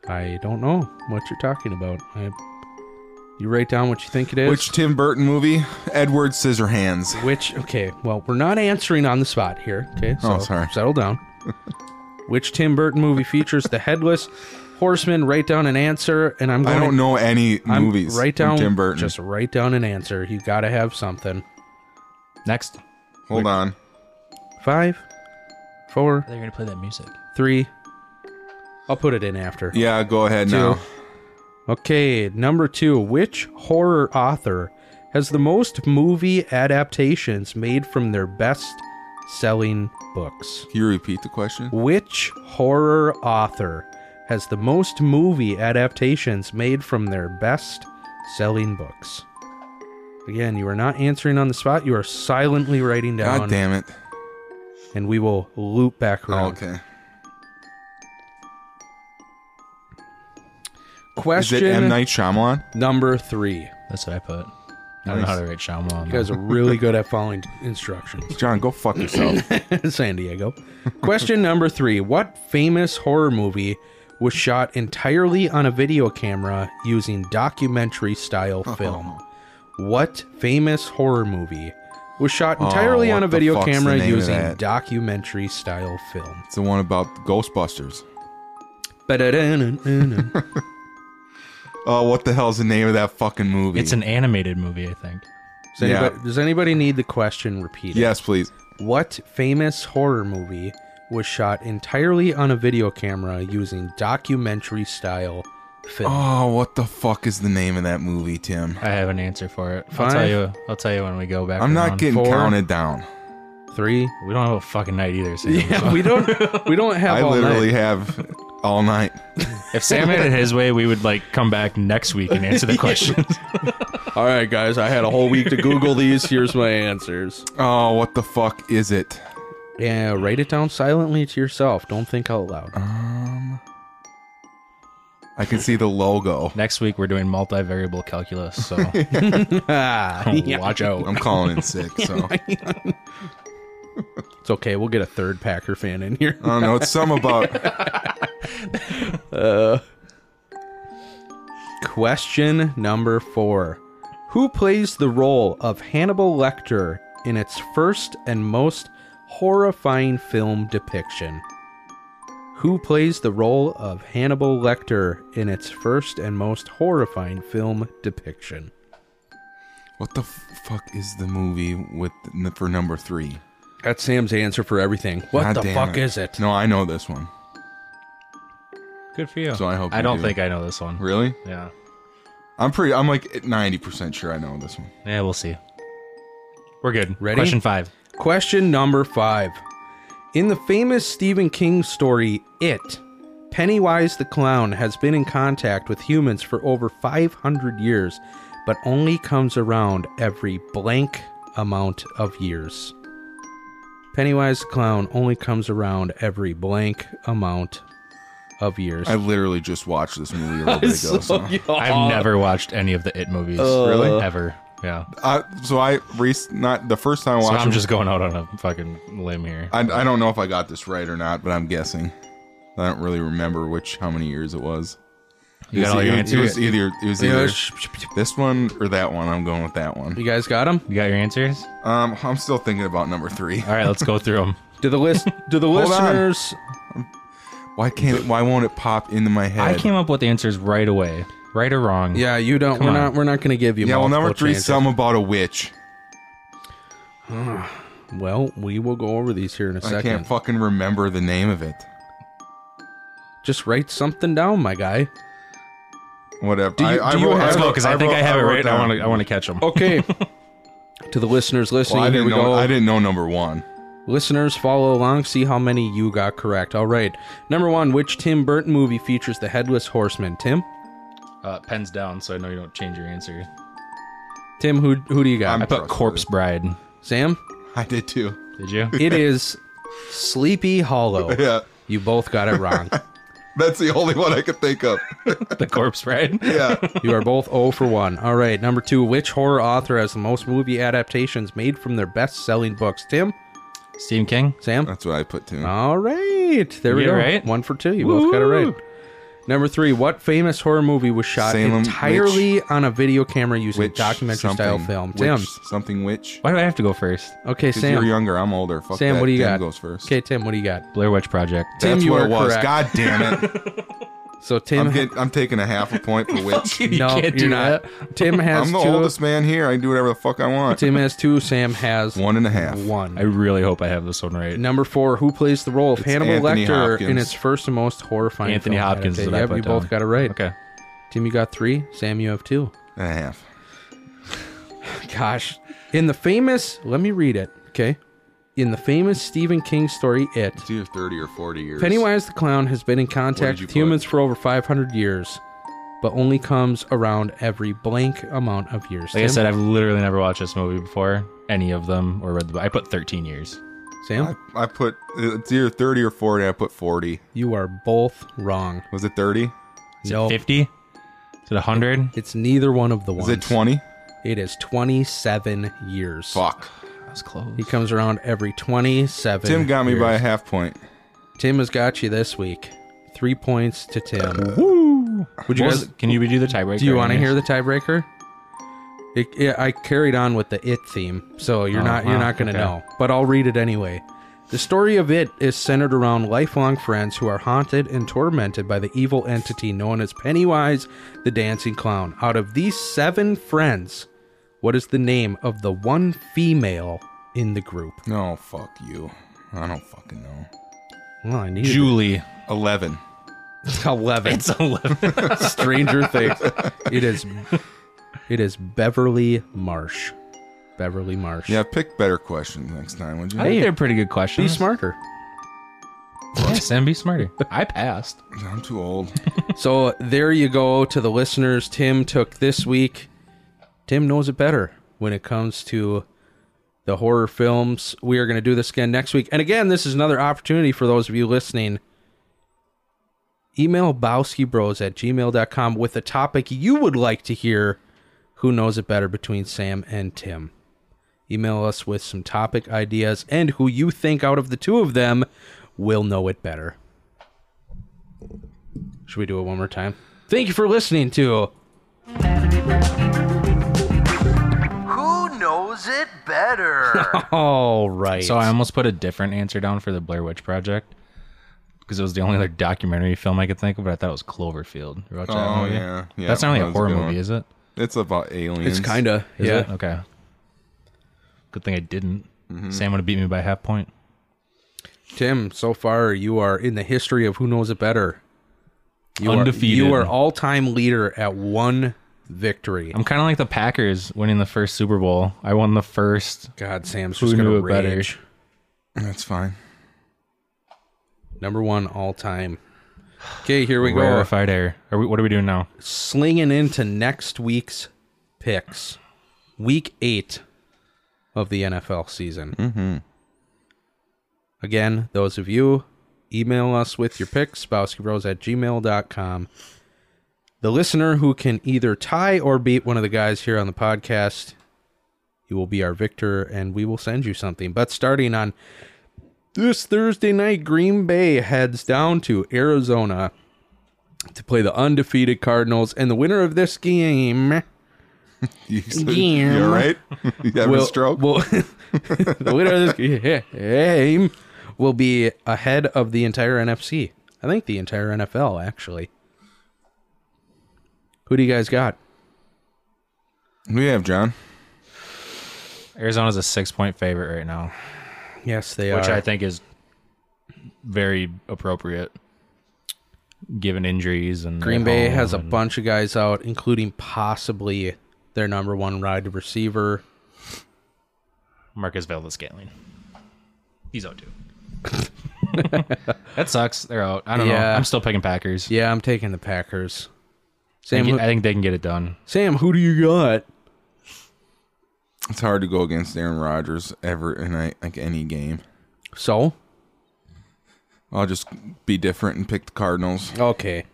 I don't know what you're talking about. I, you write down what you think it is. Which Tim Burton movie? Edward Scissorhands. Which? Okay. Well, we're not answering on the spot here. Okay. So Oh, sorry. Settle down. Which Tim Burton movie features the headless horseman? Write down an answer, and I'm going. I don't to, know any I'm, movies. Write from down Tim Burton. Just write down an answer. You got to have something. Next. Hold on. Five, four, They're gonna play that music. three. I'll put it in after. Yeah, go ahead Two. now. Okay, number two. Which horror author has the most movie adaptations made from their best selling books? Can you repeat the question? Which horror author has the most movie adaptations made from their best selling books? Again, you are not answering on the spot. You are silently writing down. God damn it. And we will loop back Oh, around. okay. Is it M Question Night Shyamalan? number three. That's what I put. I don't know how to write Shyamalan. You guys are really good at following instructions. John, go fuck yourself. San Diego. Question number three What famous horror movie was shot entirely on a video camera using documentary style Oh. film? What famous horror movie was shot entirely Oh, what on a the video fuck's the camera name of using that? documentary style film? it's the one about Ghostbusters. Ba-da-da-na-na-na. Oh, what the hell's the name of that fucking movie? It's an animated movie, I think. Does anybody, does anybody need the question repeated? Yes, please. What famous horror movie was shot entirely on a video camera using documentary style film? Oh, what the fuck is the name of that movie, Tim? I have an answer for it. i I'll Five. tell you. I'll tell you when we go back. I'm around. not getting four. counted down. Three, We don't have a fucking night either, Sam. so- Oh. Yeah, we don't we don't have I all literally night. have all night. If Sam had it his way, we would like come back next week and answer the questions. All right, guys, I had a whole week to Google these. Here's my answers. Oh, what the fuck is it? Yeah, write it down silently to yourself. Don't think out loud. I can see the logo. next week we're doing multivariable calculus, so watch out. I'm calling in sick, so I It's okay. We'll get a third Packer fan in here. don't know. It's some about Question number four: Who plays the role of Hannibal Lecter in its first and most horrifying film depiction? Who plays the role of Hannibal Lecter in its first and most horrifying film depiction? what the fuck is the movie with for number three? That's Sam's answer for everything. What God the damn fuck is it? No, I know this one. Good for you. So I hope I you don't do. think I know this one. Really? Yeah. I'm pretty. I'm like 90 percent sure I know this one. Yeah, we'll see. We're good. Ready? Question five. Question number five. In the famous Stephen King story, It, Pennywise the Clown has been in contact with humans for over 500 years, but only comes around every blank amount of years. Pennywise the Clown only comes around every blank amount of years. I literally just watched this movie a little bit ago. So, I've never watched any of the It movies. Uh, Really? Ever. Yeah. I, so I re- not the first time I So watched. I'm it- just going out on a fucking limb here. I, I don't know if I got this right or not, but I'm guessing. I don't really remember which how many years it was. You got all your it, was- it answers? was either it was Yeah, either sh- sh- sh- this one or that one. I'm going with that one. you guys got him? You got your answers? Um, I'm still thinking about number three. All right, let's go through them. Do the list? Do the Hold on. listeners? Why can't? Why won't it pop into my I head? came up with the answers right away. Right or wrong. Yeah, you don't. Come we're on. not. We're not going to give you. yeah, well, multiple number three, chances. some about a witch. Well, we will go over these here in a I second. can't fucking remember the name of it. Just write something down, my guy. Whatever. Do you- I, do I you wrote- have- Let's go wrote- because I, think wrote- I have it wrote right. I down. want to. I want to catch them. Okay. to the listeners listening, Well, I here didn't we know. go. I didn't know number one. Listeners, follow along, see how many you got correct. All right. Number one, which Tim Burton movie features the headless horseman? Tim? Uh, pens down, so I know you don't change your answer. Tim, who who do you got? I'm- I put Corpse Bride. Sam? I did too. Did you? It is Sleepy Hollow. Yeah, You both got it wrong. that's the only one I could think of. the Corpse Bride. Yeah. You are both 0 for 1. All right. Number two, which horror author has the most movie adaptations made from their best selling books? Tim? Stephen King. Sam? That's what I put too. All right. There we You go. get it right? One for two. You both got it right. Number three, what famous horror movie was shot Salem entirely on a video camera using Witch documentary style something, film? Witch, Tim. something witch. Why do I have to go first? Okay, 'Cause You're Sam. younger. I'm older. Fuck Sam, that. what do you Tim got? goes first. Okay, Tim, what do you got? Blair Witch Project. Tim, That's you what are it was. correct. God damn it! So Tim, I'm getting, I'm taking a half a point for witch. You no, can't you're do not. Tim has I'm the two. oldest man here. I can do whatever the fuck I want. Tim has two. Sam has One and a half. one. I really hope I have this one right. Number four, who plays the role of Hannibal Anthony Lecter in Hopkins. its first and most horrifying? Anthony film Hopkins is adaptation? what I Yep, put you down. both got it right. Okay. Tim, you got three. Sam, you have two. And a half. Gosh. In the famous, let me read it, okay? In the famous Stephen King story, It, It's either 30 or 40 years. Pennywise the Clown has been in contact you with humans for over 500 years, but only comes around every blank amount of years. Like I Tim? said, I've literally never watched this movie before, any of them, or read the. I put 13 years. Sam, I put it's either 30 or 40. I put 40. you are both wrong. Was it 30? no, 50. Is it 100? It's neither one of the ones. Is it 20? It is 27 years. Fuck. That's close. He comes around every 27. Tim got me years. by a half point. Tim has got you this week. Three points to Tim. Woo! Would you guys? Can you redo the tiebreaker? Do you want to hear the? the tiebreaker? It, yeah, I carried on with the it theme, so you're Oh, not you're wow, not going to okay. know, but I'll read it anyway. The story of it is centered around lifelong friends who are haunted and tormented by the evil entity known as Pennywise the Dancing Clown. Out of these seven friends, what is the name of the one female in the group? No, fuck you. I don't fucking know. Well, I need Julie. 11. eleven. It's 11. Stranger Things. It is. It is Beverly Marsh. Beverly Marsh. Yeah, pick better questions next time, would you? I think they're pretty good questions. Be smarter. Yes, and be smarter. I passed. I'm too old. So there you go to the listeners. Tim took this week. Tim knows it better when it comes to the horror films. We are going to do this again next week. And again, this is another opportunity for those of you listening. Email bowskibros at gmail.com with a topic you would like to hear. Who knows it better between Sam and Tim? Email us with some topic ideas and who you think out of the two of them will know it better. Should we do it one more time? Thank you for listening to Who knows it better? All right. So I almost put a different answer down for the Blair Witch Project because it was the only other documentary film I could think of, but I thought it was Cloverfield. You watch that Oh, movie? yeah. yeah. That's not really that a was horror good movie, one. is it? It's about aliens. it's kind of Is yeah. it? Okay. Good thing I didn't. Sam would have beat me by half point. Tim, so far you are in the history of who knows it better. You are- Undefeated. you are all-time leader at one victory. I'm kind of like the Packers winning the first Super Bowl. I won the first. God, Sam's Who just knew gonna it better? rage. That's fine. Number one all-time. Okay, here we go. Rarefied air. Are we, what are we doing now? Slinging into next week's picks, week eight of the NFL season. Again, those of you, email us with your picks, bowskybros at gmail.com. The listener who can either tie or beat one of the guys here on the podcast, you will be our victor, and we will send you something. But starting on this Thursday night, Green Bay heads down to Arizona to play the undefeated Cardinals, and the winner of this game You, Damn. you all right? You having a will stroke? will- the winner of this game will be ahead of the entire NFC. I think the entire NFL actually. Who do you guys got? Who do you have, John? Arizona's a six point favorite right now, Yes, they which are. I think is very appropriate given injuries and Green at Bay home has a and- bunch of guys out, including possibly their number one wide receiver. Marcus Valdez Scantling. He's out too. that sucks. They're out. I don't know. Yeah. I'm still picking Packers. Yeah, I'm taking the Packers. I, Sam, think, who, I think they can get it done. Sam, who do you got? It's hard to go against Aaron Rodgers ever in a, like any game. So I'll just be different and pick the Cardinals, okay.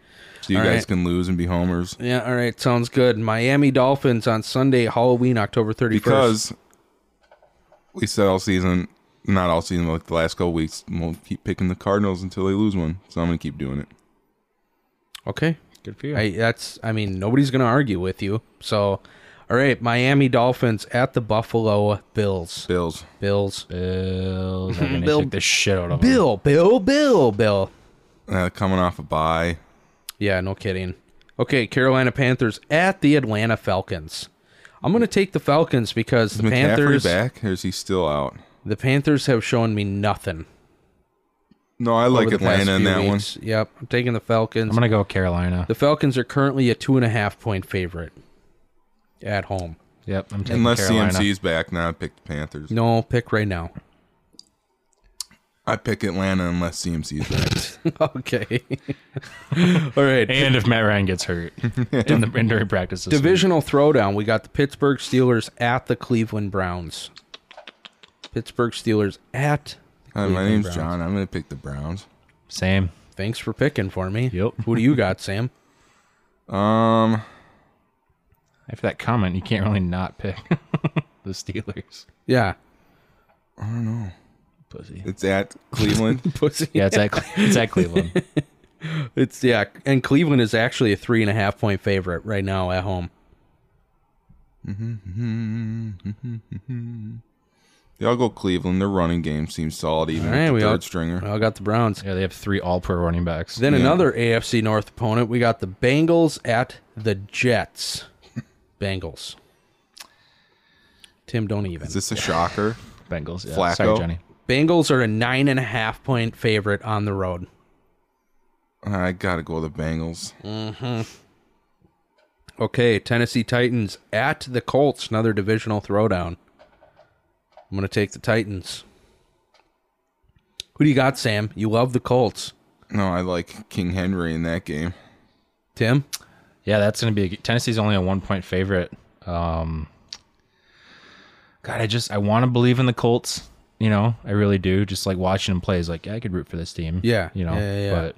so you All guys right. can lose and be homers. Yeah, all right, sounds good. Miami Dolphins on Sunday, Halloween, October 31st. Because we said all season, not all season, but like the last couple weeks, we'll keep picking the Cardinals until they lose one. So I'm gonna keep doing it. okay, Good for you. I, that's I mean nobody's gonna argue with you. So, all right, Miami Dolphins at the Buffalo Bills. Bills. Bills. Bills. I'm Bill- gonna kick the shit out of them. Bill. Bill. Bill. Bill. Uh, coming off a bye. Yeah, no kidding. Okay, Carolina Panthers at the Atlanta Falcons. I'm gonna take the Falcons because Is the McCaffrey Panthers back? Or is he still out? the Panthers have shown me nothing. No, I like Atlanta in that one. one. Yep, I'm taking the Falcons. I'm gonna go Carolina. The Falcons are currently a two and a half point favorite at home. Yep. I'm taking Unless Carolina. CMC's back, now I pick the Panthers. No pick right now. I pick Atlanta unless CMC's back. okay. All right. And if Matt Ryan gets hurt in the in during practice, this Divisional throwdown. We got the Pittsburgh Steelers at the Cleveland Browns. Pittsburgh Steelers at. Hi, my Cleveland name's Browns. John. I'm gonna pick the Browns. week. same. Thanks for picking for me. Yep. Who do you got, Sam? Um, After that comment, you can't really not pick the Steelers. Yeah. Pussy. It's at Cleveland. Pussy. Yeah, it's at Cle- it's at Cleveland. It's yeah, and Cleveland is actually a three and a half point favorite right now at home. they all go Cleveland. Their running game seems solid, even All right, with we the third all, stringer. we Uh, all got the Browns. Yeah, they have three All-Pro running backs. Then another AFC North opponent, we got the Bengals at the Jets. Bengals. Tim, don't even. Is this a shocker? Bengals. Yeah. Flacco. Sorry, Johnny. Bengals are a nine and a half point favorite on the road. I gotta go with the Bengals. Okay, Tennessee Titans at the Colts, another divisional throwdown. I'm going to take the Titans. Who do you got, Sam? You love the Colts. No, I like King Henry in that game. Tim? Yeah, that's gonna be Tennessee's only a one-point favorite. Um, God, I just I want to believe in the Colts. You know, I really do. Just like watching them play is like, yeah, I could root for this team. Yeah, you know, yeah, yeah, yeah. but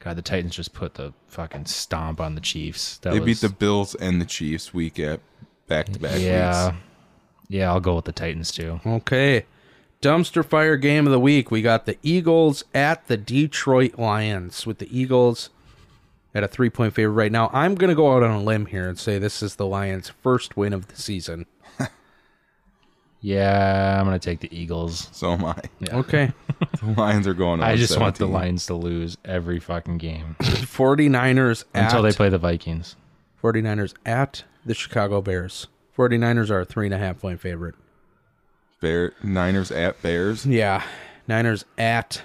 God, the Titans just put the fucking stomp on the Chiefs. That They was, beat the Bills and the Chiefs week at back to back yeah, weeks. yeah. I'll go with the Titans too. Okay. Dumpster fire game of the week. We got the Eagles at the Detroit Lions with the Eagles at a three point favorite right now. I'm going to go out on a limb here and say this is the Lions' first win of the season. Yeah, I'm gonna take the Eagles. So am I. Okay. The Lions are going. I just want the 0-17. Lions to lose every fucking game 49ers at, until they play the Vikings. 49ers at the Chicago Bears. 49ers are a three and a half point favorite. Bear Niners at Bears. Yeah. Niners at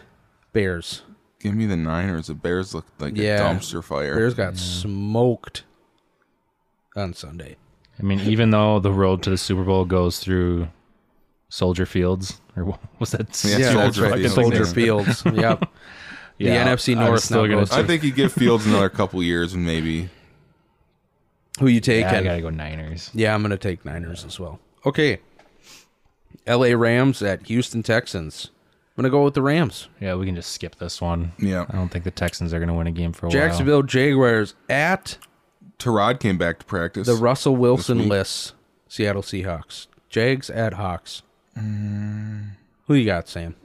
Bears. Give me the Niners. The Bears look like Yeah. a dumpster fire. Bears Mm. got smoked on Sunday. I mean, even though the road to the Super Bowl goes through Soldier Fields, or what was that? Yeah, Yeah, Soldier that's right. Field. Soldier Yeah. Fields. Yep. Yeah, NFC I'm North still now gonna goes I take- think you give Fields another couple years and maybe Who you taking? Yeah, I gotta go Niners. Yeah, I'm going to take Niners as well. Okay. LA Rams at Houston Texans. I'm going to go with the Rams. Yeah, we can just skip this one. Yeah. I don't think the Texans are gonna win a game for a while. Jacksonville Jaguars at Terod came back to practice. the Russell Wilson week. lists Seattle Seahawks. Jags at Hawks. Mm. Who you got, Sam?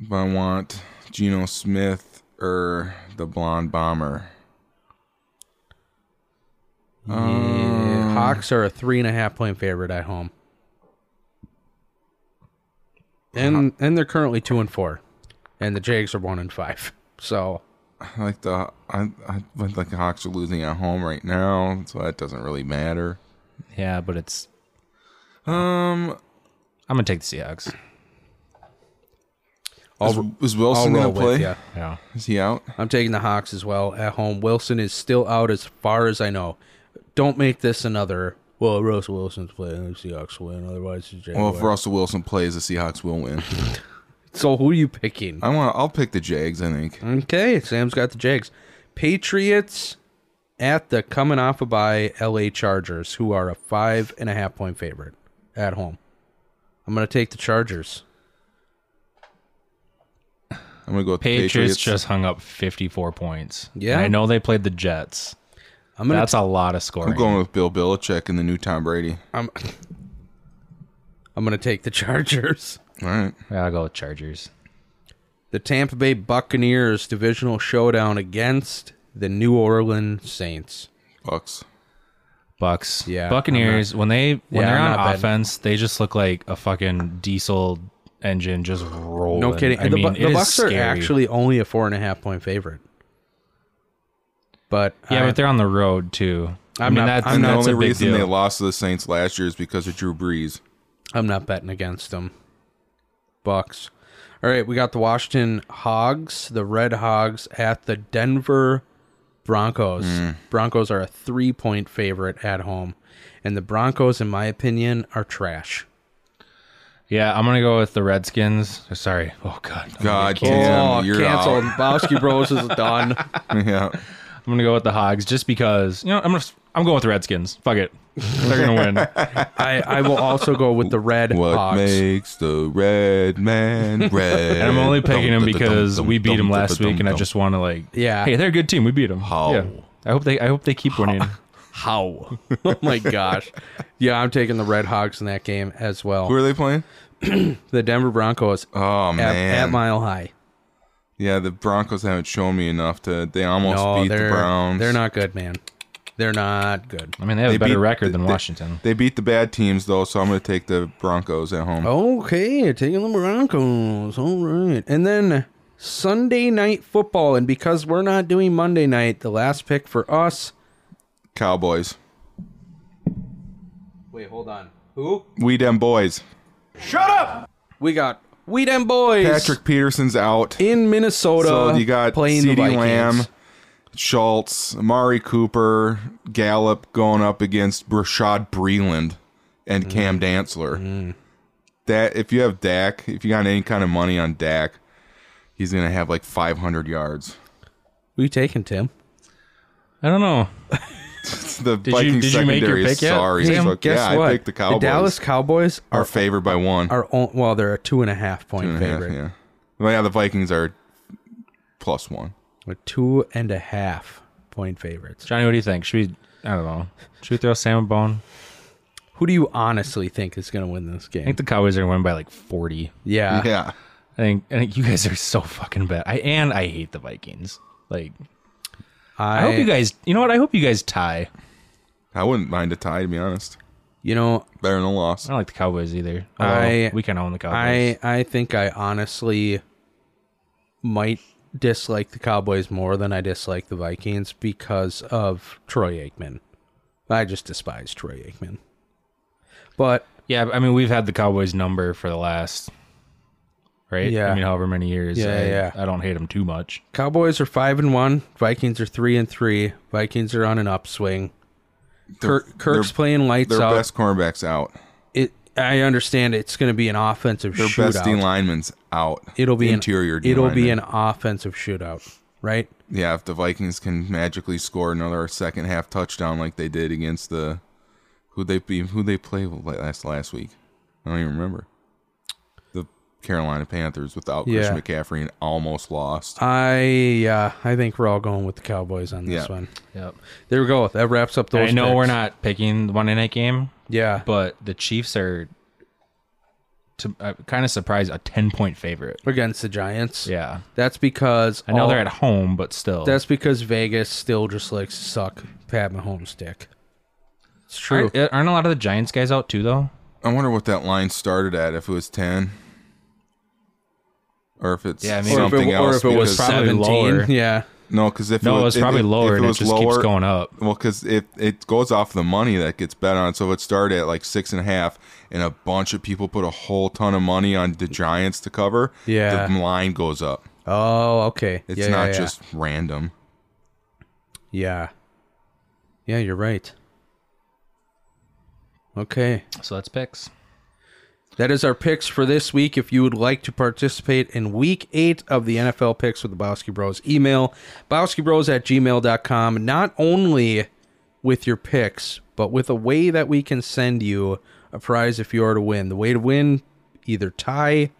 if I want Geno Smith or the blonde bomber. Um, Hawks are a three and a half point favorite at home. And and they're currently two and four. And the Jags are one and five. So I like the I I but like the Hawks are losing at home right now, so that doesn't really matter. Yeah, but it's Um, I'm gonna take the Seahawks. is, is Wilson I'll roll gonna play? with you. Yeah, Is he out? I'm taking the Hawks as well at home. Wilson is still out as far as I know. Don't make this another. Well, Russ Wilson's playing. The Seahawks win. Otherwise, the Jaguars. Well, if Russell Wilson plays, the Seahawks will win. so who are you picking? I want. I'll pick the Jags. I think. Okay, Sam's got the Jags. Patriots at the coming off a bye LA Chargers, who are a five and a half point favorite at home. I'm gonna take the Chargers. I'm gonna go with Patriots, the Patriots. just hung up 54 points. Yeah. And I know they played the Jets. I'm gonna That's a lot of scoring. I'm going with Bill Belichick and the new Tom Brady. I'm, I'm gonna take the Chargers. All right. yeah, I'll go with Chargers. The Tampa Bay Buccaneers divisional showdown against the New Orleans Saints. Bucks. Bucks. Yeah, Buccaneers, when they when Yeah, they're I'm on not betting. offense, they just look like a fucking diesel engine just rolling. No kidding. I the mean, Bu- it the is Bucks are scary. actually only a four and a half point favorite. But Yeah, I- but they're on the road too. i I'm mean not- that's, I'm And the that's only a big reason deal. they lost to the Saints last year is because of Drew Brees. I'm not betting against them. Bucks. All right, we got the Washington Hogs, the Red Hogs at the Denver Broncos. Hmm. Broncos are a three point favorite at home. And the Broncos, in my opinion, are trash. yeah, I'm gonna go with the Redskins. Sorry. Oh god. I'm gonna- God damn, oh, you're canceled. out. Bowski Bros is done. yeah. I'm gonna go with the Hogs just because you know I'm gonna I'm going with the Redskins. Fuck it. They're gonna win. I, I will also go with the Red What Hogs. makes the red man red? And I'm only picking them because we beat them last week, and I just want to like, Yeah. hey, they're a good team. We beat them. How? I hope they I hope they keep winning. How? oh my gosh. Yeah, I'm taking the Red Hogs in that game as Who well. are they playing? The Denver Broncos Oh at, man, at Mile High. yeah. The Broncos haven't shown me enough to. They almost No, beat they're the Browns. they're not good, man. They're not good. I mean, they have They a better beat- record than they- Washington. They beat the bad teams though, so I'm going to take the Broncos at Oh. home. Okay, taking the Broncos. All right. And then Sunday night football. And because we're not doing Monday night, the last pick for us. Cowboys. Wait, hold on. Who? We them boys. We got We Dem Boys. Patrick Peterson's out. in Minnesota. So you got playing CD the Vikings. Lamb, Schultz, Amari Cooper, Gallup going up against Rashad Breland and Cam Dantzler. That if you have Dak, if you got any kind of money on Dak, he's gonna have like 500 yards. Who you taking, Tim? I don't know. The you- Vikings did you secondary make your is pick yet? sorry. as Tim, fuck. guess yeah, what? I picked the Cowboys. Dallas Cowboys are are favored by one. are on, well, they're a two and a half point Two and a half, favorite. yeah. Well, yeah, the Vikings are plus one. They're two and a half point favorites. Johnny, what do you think? Should we? I don't know. Should we throw Sam a bone? Who do you honestly think is going to win this I game? think the Cowboys are going to win by like forty. yeah. yeah. I think. I think you guys are so fucking bad. I and I hate the Vikings. Like, I, hope you guys. You know what? I hope you guys tie. I wouldn't mind a tie to be honest. You know, Better than a loss. I don't like the Cowboys either. I- Although we kind of own the Cowboys. I I think I honestly might dislike the Cowboys more than I dislike the Vikings because of Troy Aikman. I just despise Troy Aikman. But yeah, I mean, we've had the Cowboys number for the last, right? Yeah. I mean, however many years. Yeah, I, yeah. I don't hate them too much. Cowboys are five and one. Vikings are three and three. Vikings are on an upswing. Kirk, Kirk's they're- playing lights Their out. best cornerback's out. It, I understand it's going to be an offensive Their shootout. best D lineman's out. it'll be interior. An, D it'll be an lineman. offensive shootout, right? yeah. If the Vikings can magically score another second half touchdown like they did against the who they be who they play last last week, I don't even remember. The Carolina Panthers without Yeah. Chris McCaffrey and almost lost. I uh, I think we're all going with the Cowboys on this Yeah. one. Yep. There we go. That wraps up those. I know picks. we're not picking the Monday night game, Yeah, but the Chiefs are to, uh, kind of surprised a 10 point favorite. against the Giants. Yeah. that's because I know all- they're at home, but still. That's because Vegas still just likes to suck Pat Mahomes' dick. It's true. aren't, eh, aren't a lot of the Giants guys out too, though? I wonder what that line started at. If it was ten, or if it's Yeah, I mean- Or if it- something or else. if it was because- probably lower. Yeah. no, because if No, it it's was, if- probably if- lower If and it was just keeps lower, going up. Well, because if it goes off the money that gets bet on, so it started at like six and a half, and a bunch of people put a whole ton of money on the Giants to cover. Yeah. the line goes up. Oh, okay. It's yeah, not yeah, yeah. just random. Yeah. Yeah, you're right. Okay. So that's picks. That is our picks for this week. If you would like to participate in week eight of the NFL picks with the Bowski Bros, email bowskibros at gmail.com. Not only with your picks, but with a way that we can send you a prize if you are to win. The way to win, either tie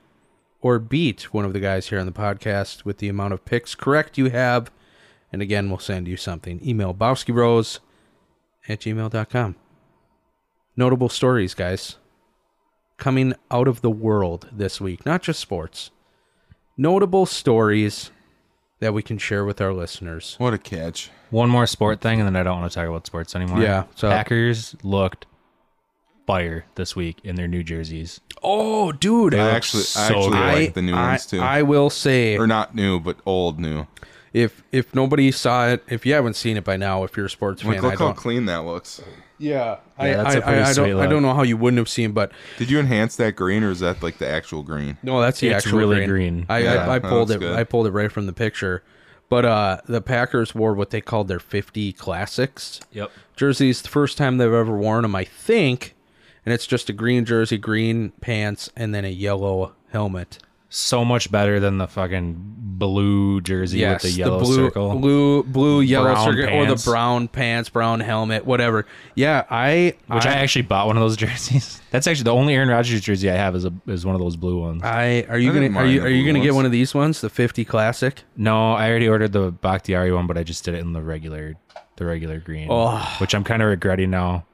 or beat one of the guys here on the podcast with the amount of picks correct you have. And again, we'll send you something. Email bowskibros at gmail.com. Notable stories, guys coming out of the world this week, not just sports. Notable stories that we can share with our listeners. What a catch! One more sport thing, and then I don't want to talk about sports anymore. Yeah, so- Packers looked fire this week in their new jerseys. Oh, dude. I I, actually, so I actually good. like the new I- ones too, I will say or not new, but old new. if if nobody saw it, if you haven't seen it by now, if you're a sports fan, Like, I look how don't. clean that looks. Yeah, I, Yeah, that's I, a pretty I, I sweet don't, I look. don't know how you wouldn't have seen, but Did you enhance that green, or is that like the actual green? No, that's the It's actual really green. green. I, Yeah, I, I no, pulled that's it. good. I pulled it right from the picture. But uh, the Packers wore what they called their 50 classics. Yep. Jerseys, the first time they've ever worn them, I think. And it's just a green jersey, green pants, and then a yellow helmet. so much better than the fucking blue jersey Yes, with the yellow blue, circle. blue, blue, yellow Brown circle, or the pants. brown pants, brown helmet, whatever. Yeah, I, Which I, I, actually bought one of those jerseys. That's actually the only Aaron Rodgers jersey I have is a is one of those blue ones. I- are you I didn't gonna are mind you the are you blue gonna get ones. one of these ones, the fifty classic? No, I already ordered the Bakhtiari one, but I just did it in the regular the regular green, Oh. which I'm kind of regretting now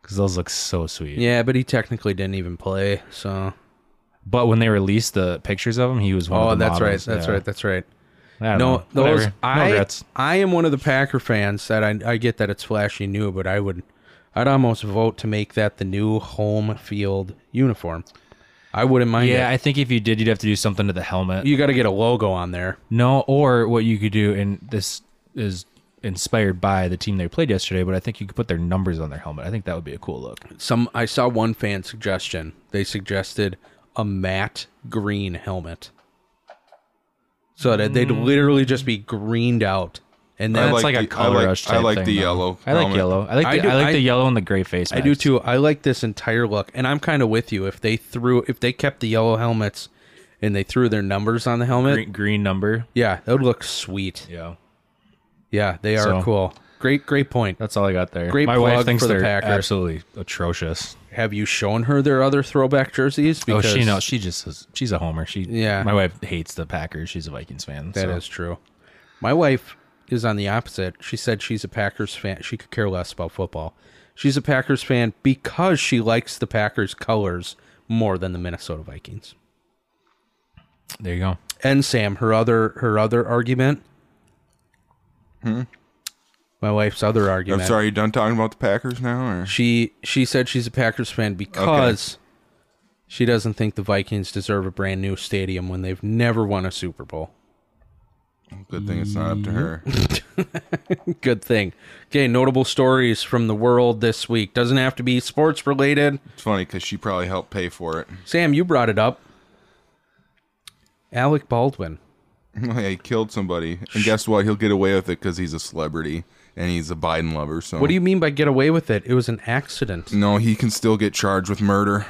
because those look so sweet. Yeah, but he technically didn't even play. So But when they released the pictures of him, he was one oh, of the that's right, models. that's Yeah. right, that's right. I don't No, know. those Whatever. I no regrets. I am one of the Packer fans that I I get that it's flashy new, but I would I'd almost vote to make that the new home field uniform. I wouldn't mind. Yeah, it. I think if you did, you'd have to do something to the helmet. you got to get a logo on there. No, or what you could do, and this is inspired by the team they played yesterday, but I think you could put their numbers on their helmet. I think that would be a cool look. Some I saw one fan suggestion. They suggested a matte green helmet, so that they'd Mm. literally just be greened out, and I then That's like like, a the- I color like- rush. I type like thing, the though. yellow I like helmet. yellow. I like. The, I I, do- like I- the yellow and the gray face. I do mask. too. I like this entire look, and I'm kind of with you. If they threw, if they kept the yellow helmets, and they threw their numbers on the helmet, Green, green number. yeah, that would look sweet. Yeah, Yeah, they are So- cool. Great, great point. that's all I got there. Great My plug wife thinks for the they're Packers. absolutely atrocious. Have you shown her their other throwback jerseys? oh, she knows. She just is, she's a homer. She Yeah. My wife hates the Packers. She's a Vikings fan. That is true. My wife is on the opposite. She said she's a Packers fan. She could care less about football. She's a Packers fan because she likes the Packers colors more than the Minnesota Vikings. There you go. and Sam, her other her other argument. My wife's other I'm argument. sorry, you done talking about the Packers now? Or? She she said she's a Packers fan because she doesn't think the Vikings deserve a brand new stadium when they've never won a Super Bowl. Good thing it's not up to Mm-hmm. her. Good thing. Okay, notable stories from the world this week. Doesn't have to be sports related. It's funny because she probably helped pay for it. Sam, you brought it up. Alec Baldwin. yeah, he killed somebody, and guess what? He'll get away with it because he's a celebrity and he's a Biden lover. So What do you mean by get away with it? It was an accident. No, he can still get charged with murder.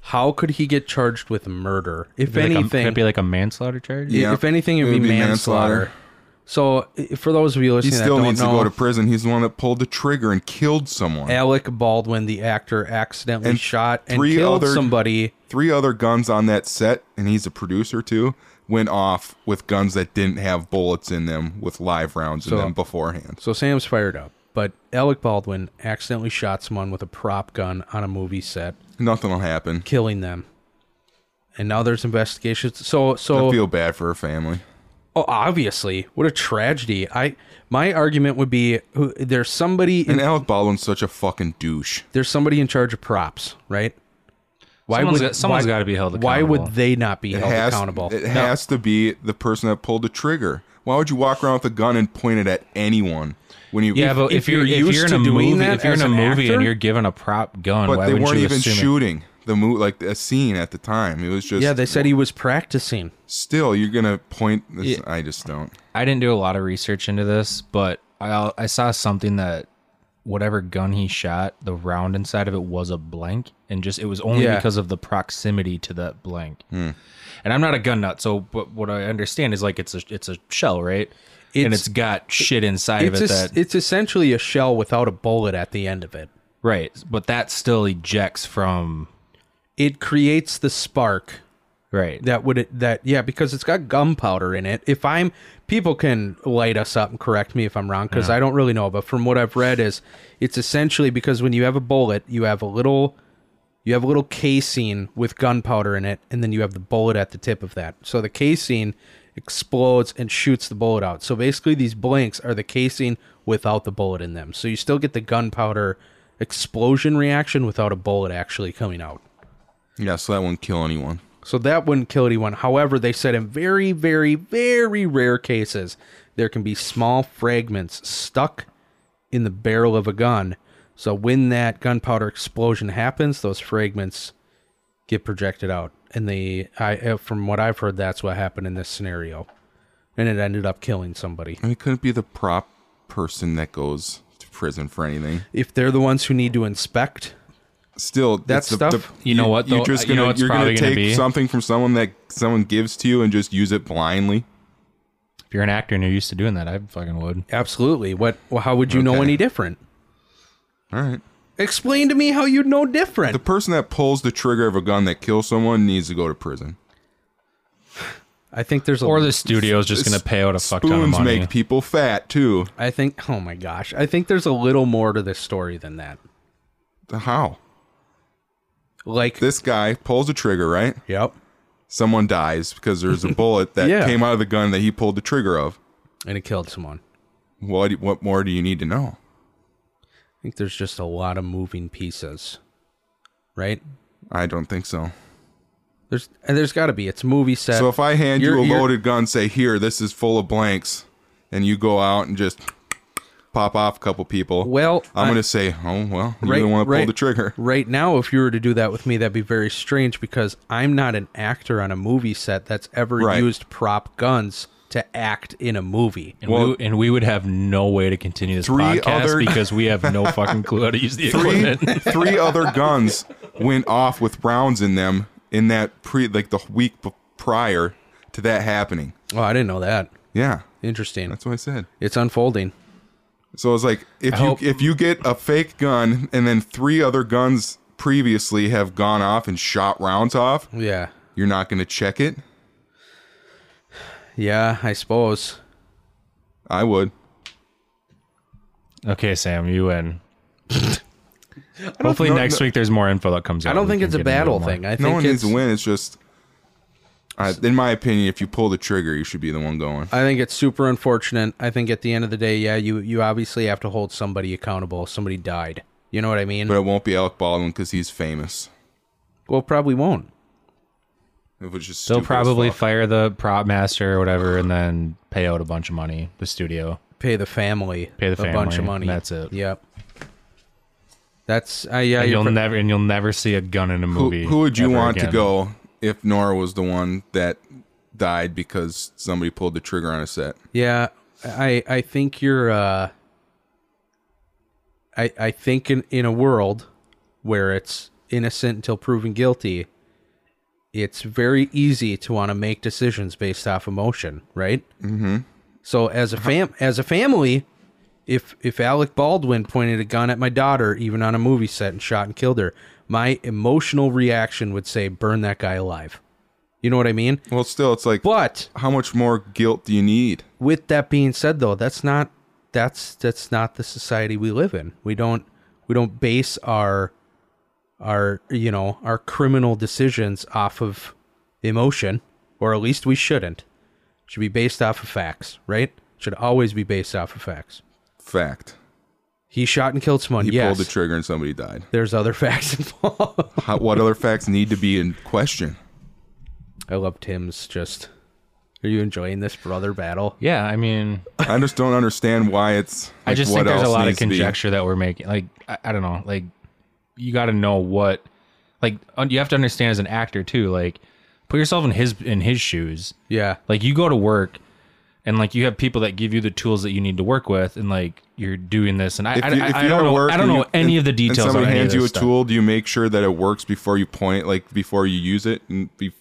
How could he get charged with murder? If Like a- anything, could it be like a manslaughter charge. Yeah. If anything, it'd, It would be, be manslaughter. manslaughter. So, i- for those of you He listening, that still don't needs know, to go to prison. He's the one that pulled the trigger and killed someone. Alec Baldwin, the actor, accidentally And shot and three killed other- somebody. Three other guns on that set, and he's a producer too, went off with guns that didn't have bullets in them with live rounds in So- them beforehand. So Sam's fired up, but Alec Baldwin accidentally shot someone with a prop gun on a movie set, Nothing will happen. killing them. And now there's investigations. So, I so feel bad for her family. oh, obviously, what a tragedy. I my argument would be who- there's somebody in, And Alec Baldwin's such a fucking douche. there's somebody in charge of props, right? Why Someone's got- someone's why- gotta be held Why would accountable. they not be It held has, accountable? it No. has to be the person that pulled the trigger. Why would you walk around with a gun and point it at anyone when you? Yeah, but if if, you're, you're if used you're in to a doing movie, that if you're in as a an movie actor- and you're given a prop gun, But why they wouldn't weren't you even assume it- shooting the mo like a scene at the time. It was just Yeah, they said he was practicing. still you're gonna point. This, I just don't. I didn't do a lot of research into this, but I I saw something that whatever gun he shot, the round inside of it was a blank, and just it was only Yeah. because of the proximity to that blank. And I'm not a gun nut, so but what I understand is like it's a it's a shell, right? and It's- it's got shit inside of It's it es- that it's essentially a shell without a bullet at the end of it. right, but that still ejects from It creates the spark right. that would that yeah because it's got gunpowder in it. If I'm people can light us up and correct me if I'm wrong because I don't really know, but from what I've read is it's essentially because when you have a bullet, you have a little you have a little casing with gunpowder in it, and then you have the bullet at the tip of that. So the casing explodes and shoots the bullet out. So basically, these blanks are the casing without the bullet in them. So you still get the gunpowder explosion reaction without a bullet actually coming out. Yeah, so that won't kill anyone. So that wouldn't kill anyone. However, they said in very, very, very rare cases, there can be small fragments stuck in the barrel of a gun. So when that gunpowder explosion happens, those fragments get projected out. And they, I, uh, from what I've heard, that's what happened in this scenario. And it ended up killing somebody. And it couldn't be the prop person that goes to prison for anything. If they're the ones who need to inspect, still That it's the- stuff- the- You know what, You're though? just You gonna know you what's are gonna probably take gonna be? something from someone that someone gives to you and just use it blindly. If you're an actor and you're used to doing that, I fucking would. Absolutely. What? Well, how would you know Okay. any different? All right. Explain to me how you'd know The different. person that pulls the trigger of a gun that kills someone needs to go to prison. I think there's a Or the studio's just going to pay out a fuck ton of Spoons money. make people fat too. I think. Oh my gosh. I think there's a little more to this story than that. How? Like. This guy pulls the trigger, right? yep. Someone dies because there's a bullet that Yeah. came out of the gun that he pulled the trigger of. And it killed someone. What what more do you need to know? I think there's just a lot of moving pieces, right? I don't think so. There's and there's got to be. It's a movie set. So if I hand You're- you a you're- loaded gun, say here, this is full of blanks, and you go out and just pop off a couple people, Well, I'm I- gonna say, oh well, you Right, didn't want to right. pull the trigger. Right now, if you were to do that with me, that'd be very strange because I'm not an actor on a movie set that's ever Right. used prop guns to act in a movie. And, we, and we would have no way to continue this Three podcast other- because we have no fucking clue how to use the Three, equipment. three other guns went off with rounds in them in that pre, like the week b- prior to that happening. Oh, I didn't know that. Yeah, Interesting. that's what I said. it's unfolding. So it's like if I you hope- if you get a fake gun and then three other guns previously have gone off and shot rounds off, Yeah. you're not gonna check it. Yeah, I suppose. I would. Okay, Sam, you win. Hopefully no, next no- week there's more info that comes out. I don't We think can it's a get into it battle more. thing. I think no one needs it's, to win. It's just, I, in my opinion, if you pull the trigger, you should be the one going. I think it's super unfortunate. I think at the end of the day, yeah, you you obviously have to hold somebody accountable. Somebody died. You know what I mean? But it won't be Alec Baldwin because he's famous. well, probably won't. It was just They'll stupid as probably fuck. fire the prop master or whatever and then pay out a bunch of money, the studio. Pay the family. Pay the a bunch family, of money. that's it. Yep. That's uh, yeah. And you're you'll pro- never and you'll never see a gun in a Who, movie. who would you ever want to again. go if Nora was the one that died because somebody pulled the trigger on a set? Yeah, I I think you're. Uh, I I think in in a world where it's innocent until proven guilty, it's very easy to want to make decisions based off emotion, right? Mm-hmm. So as a fam as a family, if if Alec Baldwin pointed a gun at my daughter, even on a movie set, and shot and killed her, my emotional reaction would say, "Burn that guy alive." You know what I mean? Well, still, it's like, But how much more guilt do you need? with that being said though that's not that's that's not the society we live in we don't we don't base our our you know our criminal decisions off of emotion or at least we shouldn't should be based off of facts right should always be based off of facts Fact. he shot and killed someone He yes pulled the trigger and somebody died. there's other facts involved How, what other facts need to be in question? i love tim's just are you enjoying this brother battle Yeah, I mean I just don't understand why it's. I like, just what think there's a else lot of needs to be. conjecture that we're making. Like I, I don't know. Like you got to know what. Like un- you have to understand as an actor too. Like put yourself in his in his shoes. yeah Like you go to work, and like you have people that give you the tools that you need to work with, and like you're doing this. And I If I, you- if I you're don't at know. work I don't and know you- any of the and details. somebody on any hands of you a this stuff. tool. Do you make sure that it works before you point, like before you use it, and be,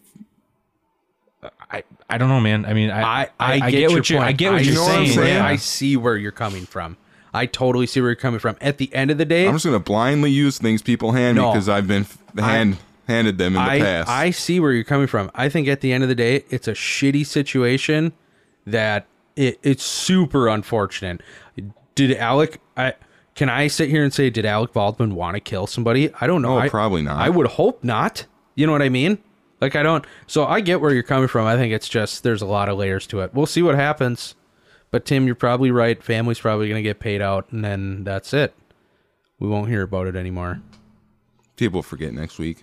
I, I don't know, man. I mean, I I, I, get, your what you I point. get what you you're know what I'm saying. saying? yeah. I see where you're coming from. I totally see where you're coming from. At the end of the day, I'm just gonna blindly use things people hand me No. because I've been f- hand handed them in the I, past. I see where you're coming from. I think at the end of the day, it's a shitty situation that it, it's super unfortunate. Did Alec? I can I sit here and say did Alec Baldwin want to kill somebody? I don't know. Oh, I- probably not. I would hope not. You know what I mean? Like I don't. So I get where you're coming from. I think it's just there's a lot of layers to it. We'll see what happens. But Tim, you're probably right. Family's probably going to get paid out, and then that's it. We won't hear about it anymore. people forget next week.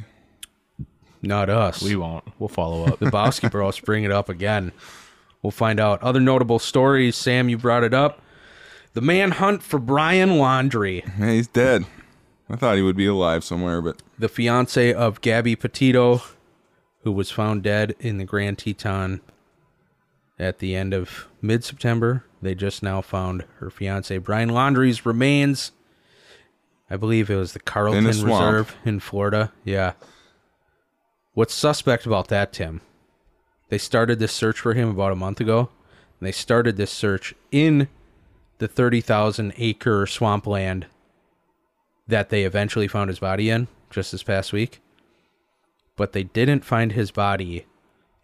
Not us. we won't. Well follow up. the Bowski Bros bring it up again. We'll find out. Other notable stories. Sam, you brought it up. The manhunt for Brian Laundry, Hey, he's dead. I thought he would be alive somewhere, but the fiance of Gabby Petito, who was found dead in the Grand Teton at the end of mid September. They just now found her fiance Brian Laundry's remains. I I believe it was the Carlton swamp. Reserve in Florida. Yeah. What's suspect about that, Tim? They started this search for him about a month ago, and they started this search in the 30,000 acre swampland that they eventually found his body in just this past week. But they didn't find his body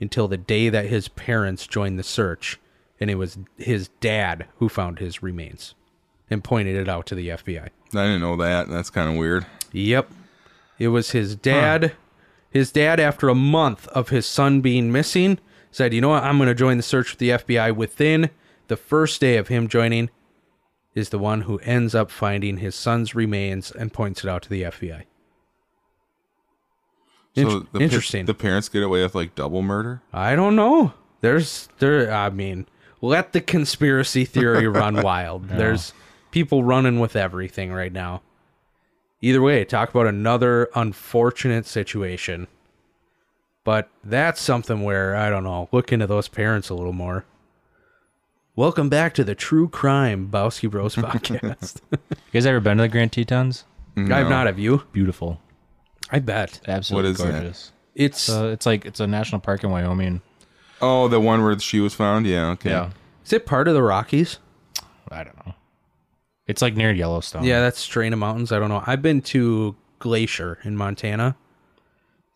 until the day that his parents joined the search, and it was his dad who found his remains and pointed it out to the FBI. I didn't know that. That's kind of weird. Yep. It was his dad. His dad, after a month of his son being missing, said, You know what? I'm going to join the search with the FBI. Within the first day of him joining, is the one who ends up finding his son's remains and points it out to the FBI. Int- the pa- interesting. the parents get away with like double murder. I don't know. There's there. I mean, let the conspiracy theory run wild. There's people running with everything right now. Either way, talk about another unfortunate situation. But that's something where I don't know. Look into those parents a little more. Welcome back to the True Crime Bowski Bros podcast. You guys ever been to the Grand Tetons? I've not have you. Beautiful. I bet Absolutely What is that? gorgeous. it's So it's like it's a national park in Wyoming. Oh, the one where she was found. Yeah. Okay. Yeah. is it part of the Rockies? I don't know. It's like near Yellowstone. Yeah, that's Strain of Mountains. I don't know. I've been to Glacier in Montana.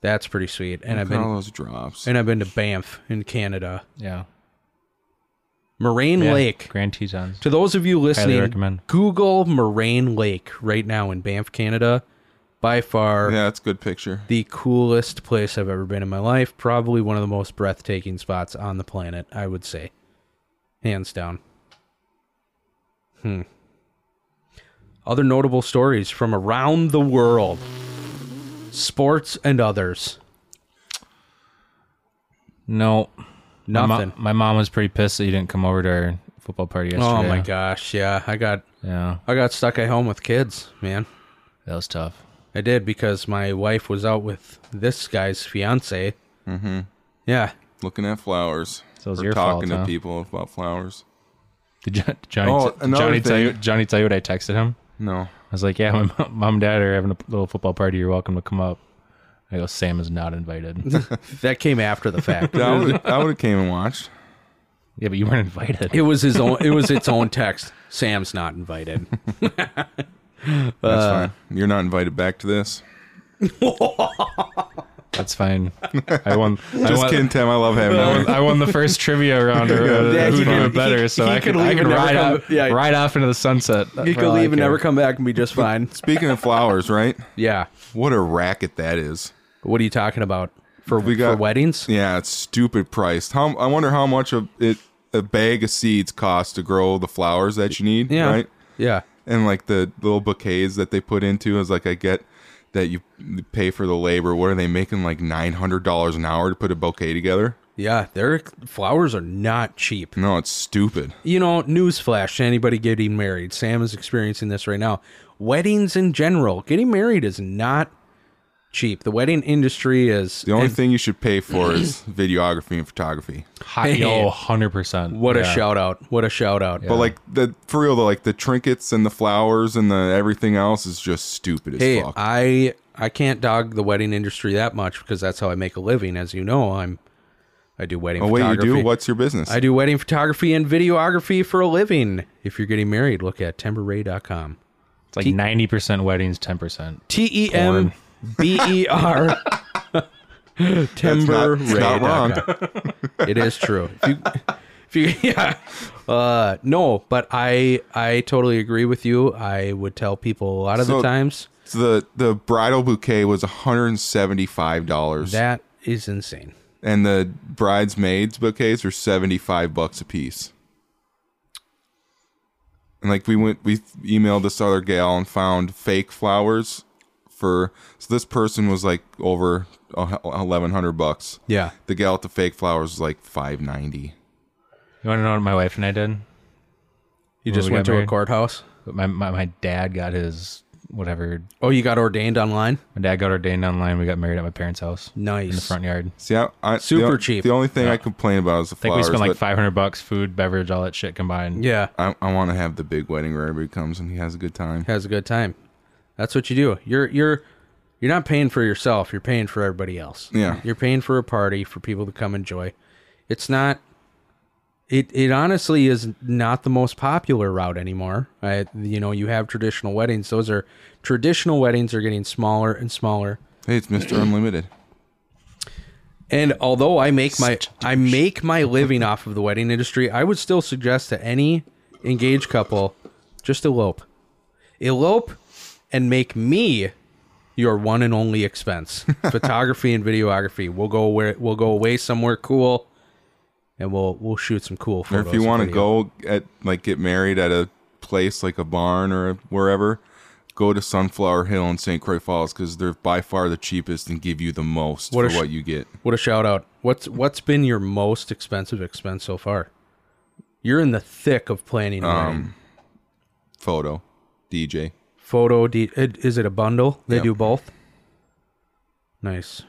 That's pretty sweet. And I've Look at all been those drops. and I've been to Banff in Canada. Yeah. Moraine Yeah. Lake. Grand Tetons. To those of you listening, recommend. Google Moraine Lake right now in Banff, Canada. By far yeah, that's a good picture. the coolest place I've ever been in my life. Probably one of the most breathtaking spots on the planet, I would say. Hands down. Hmm. Other notable stories from around the world sports and others. No. My, mo- Nothing. my mom was pretty pissed that you didn't come over to our football party yesterday. Oh my gosh. Yeah. I got. Yeah. I got stuck at home with kids, man. That was tough. I did because my wife was out with this guy's fiance. Mm-hmm. Yeah, Looking at flowers. So it was Or your fault, talking huh? to people about flowers. Did, Jo- Johnny, Oh, did another Johnny, tell thing. you, Johnny tell you what I texted him? No. I was like, yeah, my mom, mom and dad are having a little football party. You're welcome to come up. I go, Sam is not invited. yeah, that came after the fact. I would have came and watched. but you weren't invited. It was his own. It was its own text. Sam's not invited. That's fine. You're not invited back to this. That's fine. I won. I Just won, kidding, Tim. I love having I you. won, I won the first trivia round. Or Yeah, he who knew could- it better? he- so he I could can, I leave can and never ride come- off, yeah. right off into the sunset. You could leave and never come back and be just fine. Speaking of flowers, right? Yeah. What a racket that is. What are you talking about? For We for got- weddings? Yeah, it's stupid priced. How I wonder how much of it a bag of seeds costs to grow the flowers that you need, Yeah. right? Yeah. And like the little bouquets that they put into is like I get that you pay for the labor. What are they making like nine hundred dollars an hour to put a bouquet together? Yeah. Their flowers are not cheap. No, it's stupid. You know, newsflash to anybody getting married. Sam is experiencing this right now. Weddings in general, getting married is not cheap. The wedding industry is The only thing you should pay for is videography and photography. Hot, Hey. yo, hundred percent. what a Yeah. shout out. What a shout out. But like the for real though, like the trinkets and the flowers and the everything else is just stupid as hey, fuck. I I can't dog the wedding industry that much because that's how I make a living. As you know, I'm I do wedding oh wait, you photography. do? What's your business? I do wedding photography and videography for a living. If you're getting married, look at timberray.com. It's like ninety percent weddings, ten percent. T E M B E R. E Timber That's not- it's It is true. If you, if you, yeah. Uh, no, but I I totally agree with you. I would tell people a lot of the So- times So the the bridal bouquet was $175 that is insane. and the bridesmaids bouquets were 75 bucks a piece. And like we went we emailed this other gal and found fake flowers for so this person was like over uh, 1100 bucks. Yeah. The gal with the fake flowers was like 590. You want to know what my wife and I did? You When just we got went to a married. courthouse. My, my my dad got his whatever. Oh, you got ordained online? My dad got ordained online. We got married at my parents' house Nice. in the front yard. See, I, I the Super on- cheap. The only thing I complain about is the I think we flowers. spent like but five hundred bucks, food, beverage, all that shit combined. Yeah. I, I want to have the big wedding where everybody comes and he has a good time. Has a good time. That's what you do. You're you're you're not paying for yourself. You're paying for everybody else. Yeah. You're paying for a party for people to come enjoy. It's not. It it honestly is not the most popular route anymore. I, you know, you have traditional weddings. Those are traditional weddings are getting smaller and smaller. Hey, it's Mr. Unlimited. And although I make my I make my living off of the wedding industry, I would still suggest to any engaged couple just elope. Elope and make me your one and only expense. Photography and videography. We'll go where we'll go away somewhere cool and we'll we'll shoot some cool Or photos. if you want to and video. go at like get married at a place like a barn or wherever, go to Sunflower Hill in St. Croix Falls because they're by far the cheapest and give you the most What a for sh- what you get. What a shout out. What's what's been your most expensive expense so far? You're in the thick of planning. a Um, wedding. Photo, DJ. Photo de- it- is it a bundle? They Yep. do both. Nice.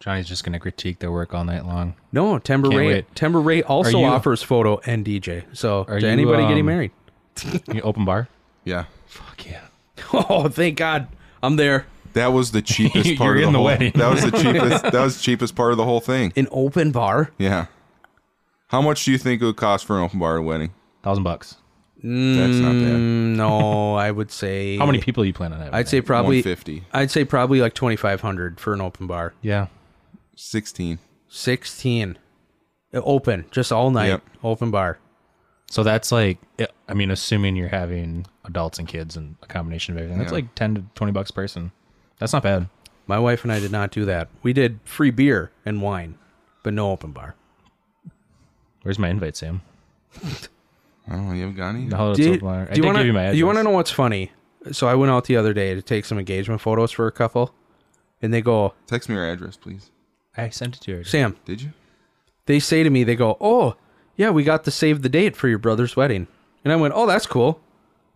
Johnny's just gonna critique their work all night long. No, Timber Can't Ray. wait. Timber Ray also Are you- offers photo and DJ. So to you, anybody getting um, married. You open bar? Yeah, Fuck yeah. Oh, thank God, I'm there. that was the cheapest You're part. in of the, the whole, wedding. That was the cheapest. that was the cheapest part of the whole thing. An open bar. Yeah. How much do you think it would cost for an open bar wedding? Thousand bucks. That's not bad. Mm, no, I would say. How many people you plan on having? I'd say probably 150. I'd say probably like 2,500 for an open bar. Yeah. Sixteen. 16. Uh, Open, just all night. Yep. Open bar. So that's like, it- I mean, assuming you're having adults and kids and a combination of everything, that's Yeah. like ten to twenty bucks a person. That's not bad. My wife and I did not do that. We did free beer and wine, but no open bar. Where's my invite, Sam? I don't know. You haven't got any? No, it's Did- open bar. I do did you want give you my to? You want to address. know what's funny? So I went out the other day to take some engagement photos for a couple, and they go, Text me your address, please. I sent it to you. already. "Sam, Did you? they say to me, they go, "Oh, yeah, we got to save the date for your brother's wedding," and I went, "Oh, that's cool.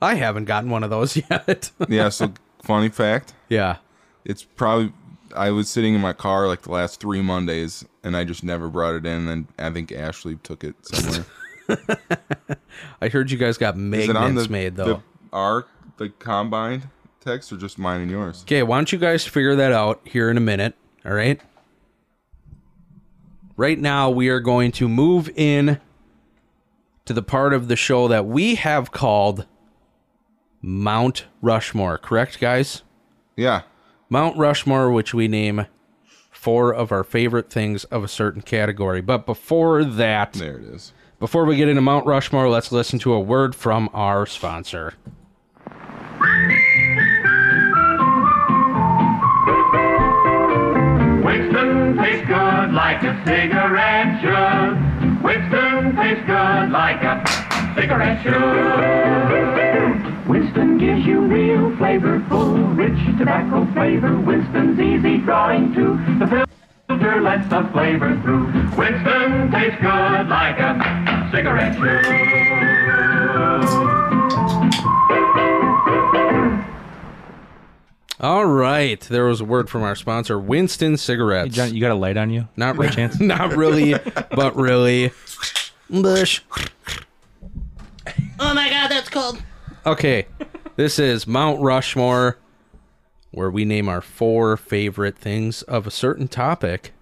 I haven't gotten one of those yet." Yeah. So funny fact. yeah, it's probably I was sitting in my car like the last three Mondays, and I just never brought it in. And I think Ashley took it somewhere. I heard you guys got Is it on magnets the made though. the our the combined text or just mine and yours? Okay, why don't you guys figure that out here in a minute? All right. Right now, we are going to move in to the part of the show that we have called Mount Rushmore. Correct, guys? Yeah, Mount Rushmore, which we name four of our favorite things of a certain category. But before that, there it is. before we get into Mount Rushmore, let's listen to a word from our sponsor. Winston tastes good like a cigarette should. Winston tastes good like a cigarette should. Winston gives you real flavor, full, rich tobacco flavor. Winston's easy drawing too. The filter lets the flavor through. Winston tastes good like a cigarette should. All right, there was a word from our sponsor, Winston Cigarettes. Hey, John, you got a light on you? Not by re- chance. Not really, but really. Bush. Oh my god, that's cold. Okay, this is Mount Rushmore, where we name our four favorite things of a certain topic.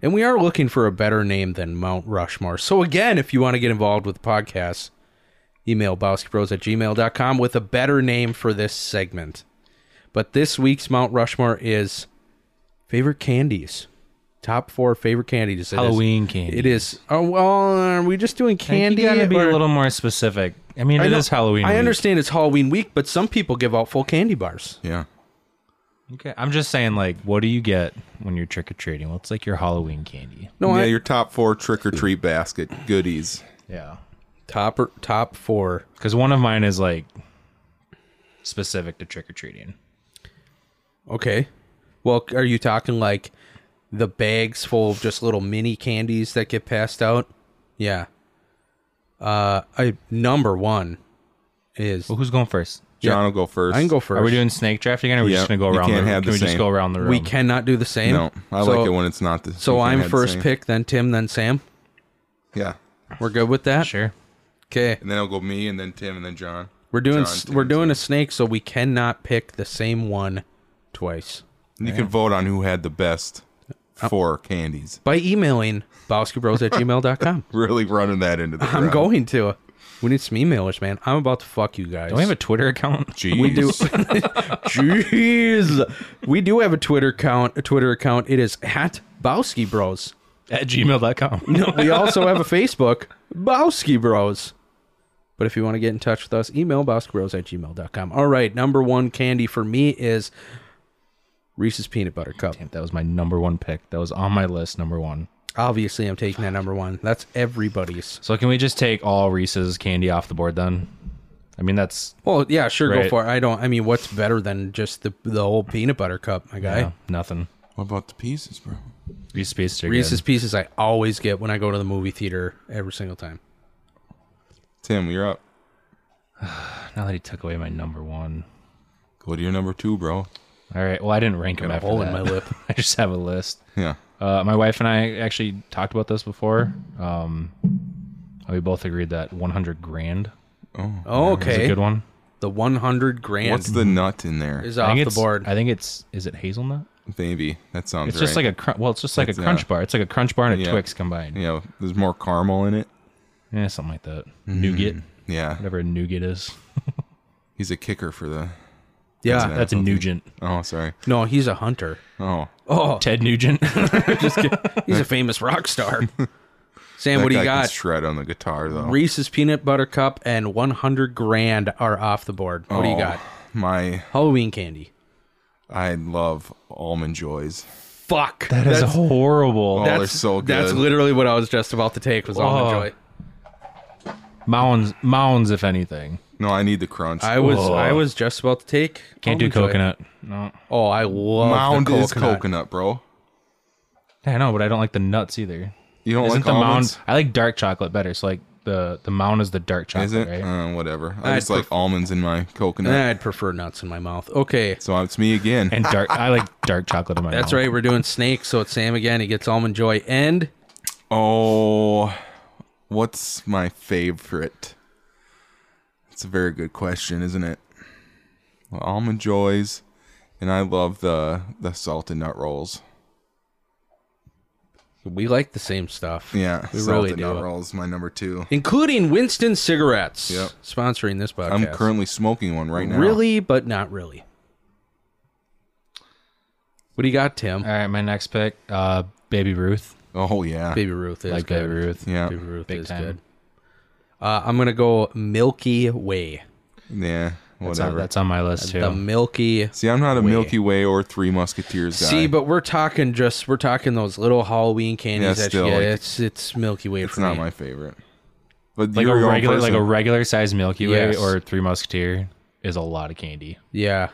And we are looking for a better name than Mount Rushmore. So, again, if you want to get involved with the podcast, email bowskybros at gmail.com with a better name for this segment. But this week's Mount Rushmore is favorite candies. Top four favorite candies. It is- Halloween candy. It is. Oh well, are we just doing candy? You gotta be or- a little more specific. I mean, it I is know- Halloween. I week. understand it's Halloween week, but some people give out full candy bars. Yeah, Okay, I'm just saying, like, what do you get when you're trick or treating? What's like your Halloween candy? No, yeah. I, Your top four trick or treat basket goodies. Yeah, top or, top four. because one of mine is like specific to trick or treating. Okay. Well, are you talking like the bags full of just little mini candies that get passed out? Yeah. Uh, I number one is Well, who's going first? John will go first. I can go first. Are we doing snake draft again? Or are we Yeah, just gonna go you around? can't the, have can the we just same. go around the room? We cannot do the same. No, I So- like it when it's not the. you So can't I'm have the first same. pick, then Tim, then Sam. Yeah, We're good with that. Sure. Okay. and then I'll go me, and then Tim, and then John. We're doing John we're doing a snake, so we cannot pick the same one twice And you can vote on who had the best Uh, four candies. by emailing bowskibros at gmail.com. Really running that into the I'm ground. going to. We need some emailers, man. I'm about to fuck you guys. Do we have a Twitter account? Jeez. We do. Jeez, we do have a Twitter account. A Twitter account. It is at Bowski Bros. At gmail.com. No, we also have a Facebook, Bowski Bros. But if you want to get in touch with us, email bowskibros at gmail.com. All right, number one candy for me is Reese's Peanut Butter Cup. That was my number one pick. That was on my list, number one. Obviously, I'm taking that number one. That's everybody's. So can we just take all Reese's candy off the board then? I mean, that's Well, yeah, sure, go Right. for it. I don't. I mean, what's better than just the the whole peanut butter cup, my guy? yeah, nothing. What about the pieces, bro? Reese's Pieces are Reese's good. Pieces I always get when I go to the movie theater every single time. Tim, you're up. Now that he took away my number one. Go to your number two, bro. All right. Well, I didn't rank them a after hole that. in my lip. I just have a list. Yeah. Uh, my wife and I actually talked about this before. Um, we both agreed that 100 grand Oh, is okay. a good one. The 100 grand What's the nut in there? is I off think the it's- board. I think it's is it hazelnut? Maybe. That sounds It's just right. like a cr- well, it's just like It's, a uh, crunch bar. It's like a crunch bar and a yeah. Twix combined. Yeah, you know, there's more caramel in it. something like that. Nougat, Yeah. whatever a nougat is. He's a kicker for the yeah. that. That's a Nugent. Oh, sorry. no, he's a hunter. Oh. Oh, Ted Nugent. he's a famous rock star. Sam, that what do you guy Can got? shred on the guitar though. Reese's peanut butter cup and 100 grand are off the board. What do you Oh, got? My Halloween candy. I love almond joys. Fuck. That is horrible. Oh, That they're so good. That's literally what I was just about to take was all Oh. the joy. mounds, mounds, if anything. No, I need the crunch. I was Oh. I was just about to take Can't do Almond Joy. coconut. No, Oh, I love mound the coconut. is coconut, bro. I know, but I don't like the nuts either. You don't Isn't like the almonds? mound? I like dark chocolate better. So like the the mound is the dark chocolate, Is it? right? Uh, whatever. I I'd just like prefer- almonds in my coconut. I'd prefer nuts in my mouth. Okay. So it's me again. and dark. I like dark chocolate in my. That's mouth. right. We're doing snake, so it's Sam again. He gets almond joy and oh, what's my favorite? That's a very good question, isn't it? Well, almond joys, and I love the the salted nut rolls. we like the same stuff. Yeah, we salted really nut do. rolls, my number two. Including Winston cigarettes, Yep. sponsoring this podcast. I'm currently smoking one right now. really, but not really. What do you got, Tim? All right, my next pick, uh, Baby Ruth. Oh yeah. Baby Ruth is like good. Baby Ruth. Yeah. Baby Ruth Big is time. good. Uh, I'm gonna go Milky Way. Yeah. That's on, Whatever. that's on my list too. The Milky. See, I'm not a Milky Way or Three Musketeers guy. See, but we're talking just we're talking those little Halloween candies Yeah, that still, you get. like, it's it's Milky Way it's for not me. my favorite. But like you're a your own regular, like person. a regular size Milky Way Yes. or Three Musketeer is a lot of candy. yeah.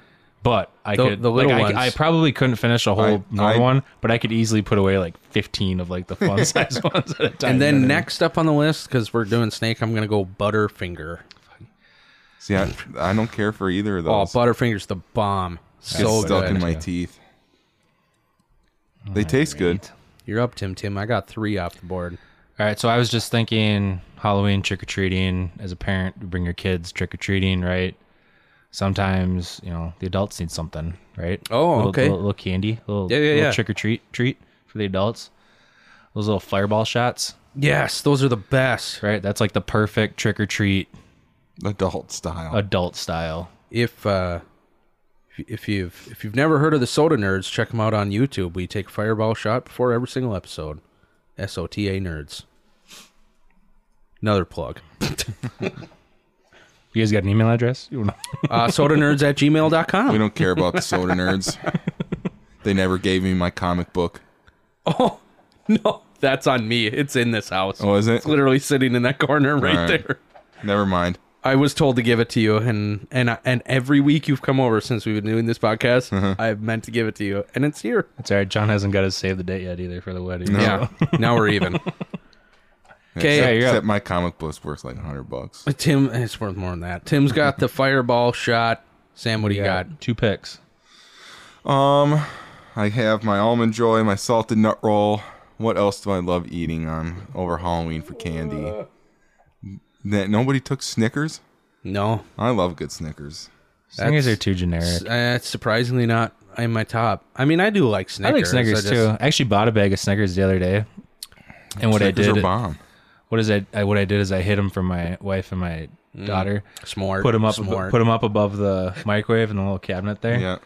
But I The- could the little like, I- ones. I, probably couldn't finish a whole I- normal I- one, but I could easily put away like fifteen of like the fun size ones at a time. And you know then what I next up on the list, because we're doing snake, I'm gonna go Butterfinger. See, I, I don't care for either of Oh, those. Butterfinger's the bomb. It gets So stuck good. in my teeth. They taste good. You're up, Tim. Tim, I got three off the board. All right, so I was just thinking Halloween trick or treating. As a parent, you bring your kids trick or treating, right? Sometimes you know the adults need something, right? Oh, little, okay. Little, little candy, little, Yeah, yeah, little yeah. trick or treat treat for the adults. Those little fireball shots, Yes, those are the best. right? That's like the perfect trick or treat Adult style. adult style. If uh, if- if you've if you've never heard of the Soda Nerds, check them out on YouTube. We take fireball shot before every single episode. SOTA Nerds. Another plug. You guys got an email address? You wanna- Uh, soda nerds at gmail.com. we don't care about the soda nerds. They never gave me my comic book. Oh, no, that's on me. It's in this house. Oh, is it? It's literally sitting in that corner right, All right. there. Never mind. I was told to give it to you, and and and every week you've come over since we've been doing this podcast, Uh-huh. I've meant to give it to you, and it's here. it's all right. John hasn't got to save the date yet either for the wedding. Yeah, now we're even. Okay, except, you're up. except my comic book's worth like hundred bucks. But Tim, it's worth more than that. Tim's got the fireball shot. Sam, what do you got got? two picks. Um, I have my almond joy, my salted nut roll. What else do I love um, eating on over Halloween for candy? That nobody took Snickers. No, I love good Snickers. Snickers That's- are too generic. uh, surprisingly not in my top. I mean, I do like I Snickers. like Snickers just- too. I actually bought a bag of Snickers the other day, and what Snickers I are did, bomb. what is I, I what I did is I hid them for my wife and my daughter. Smart. Put them up, Smart. put them up above the microwave in the little cabinet there. Yeah.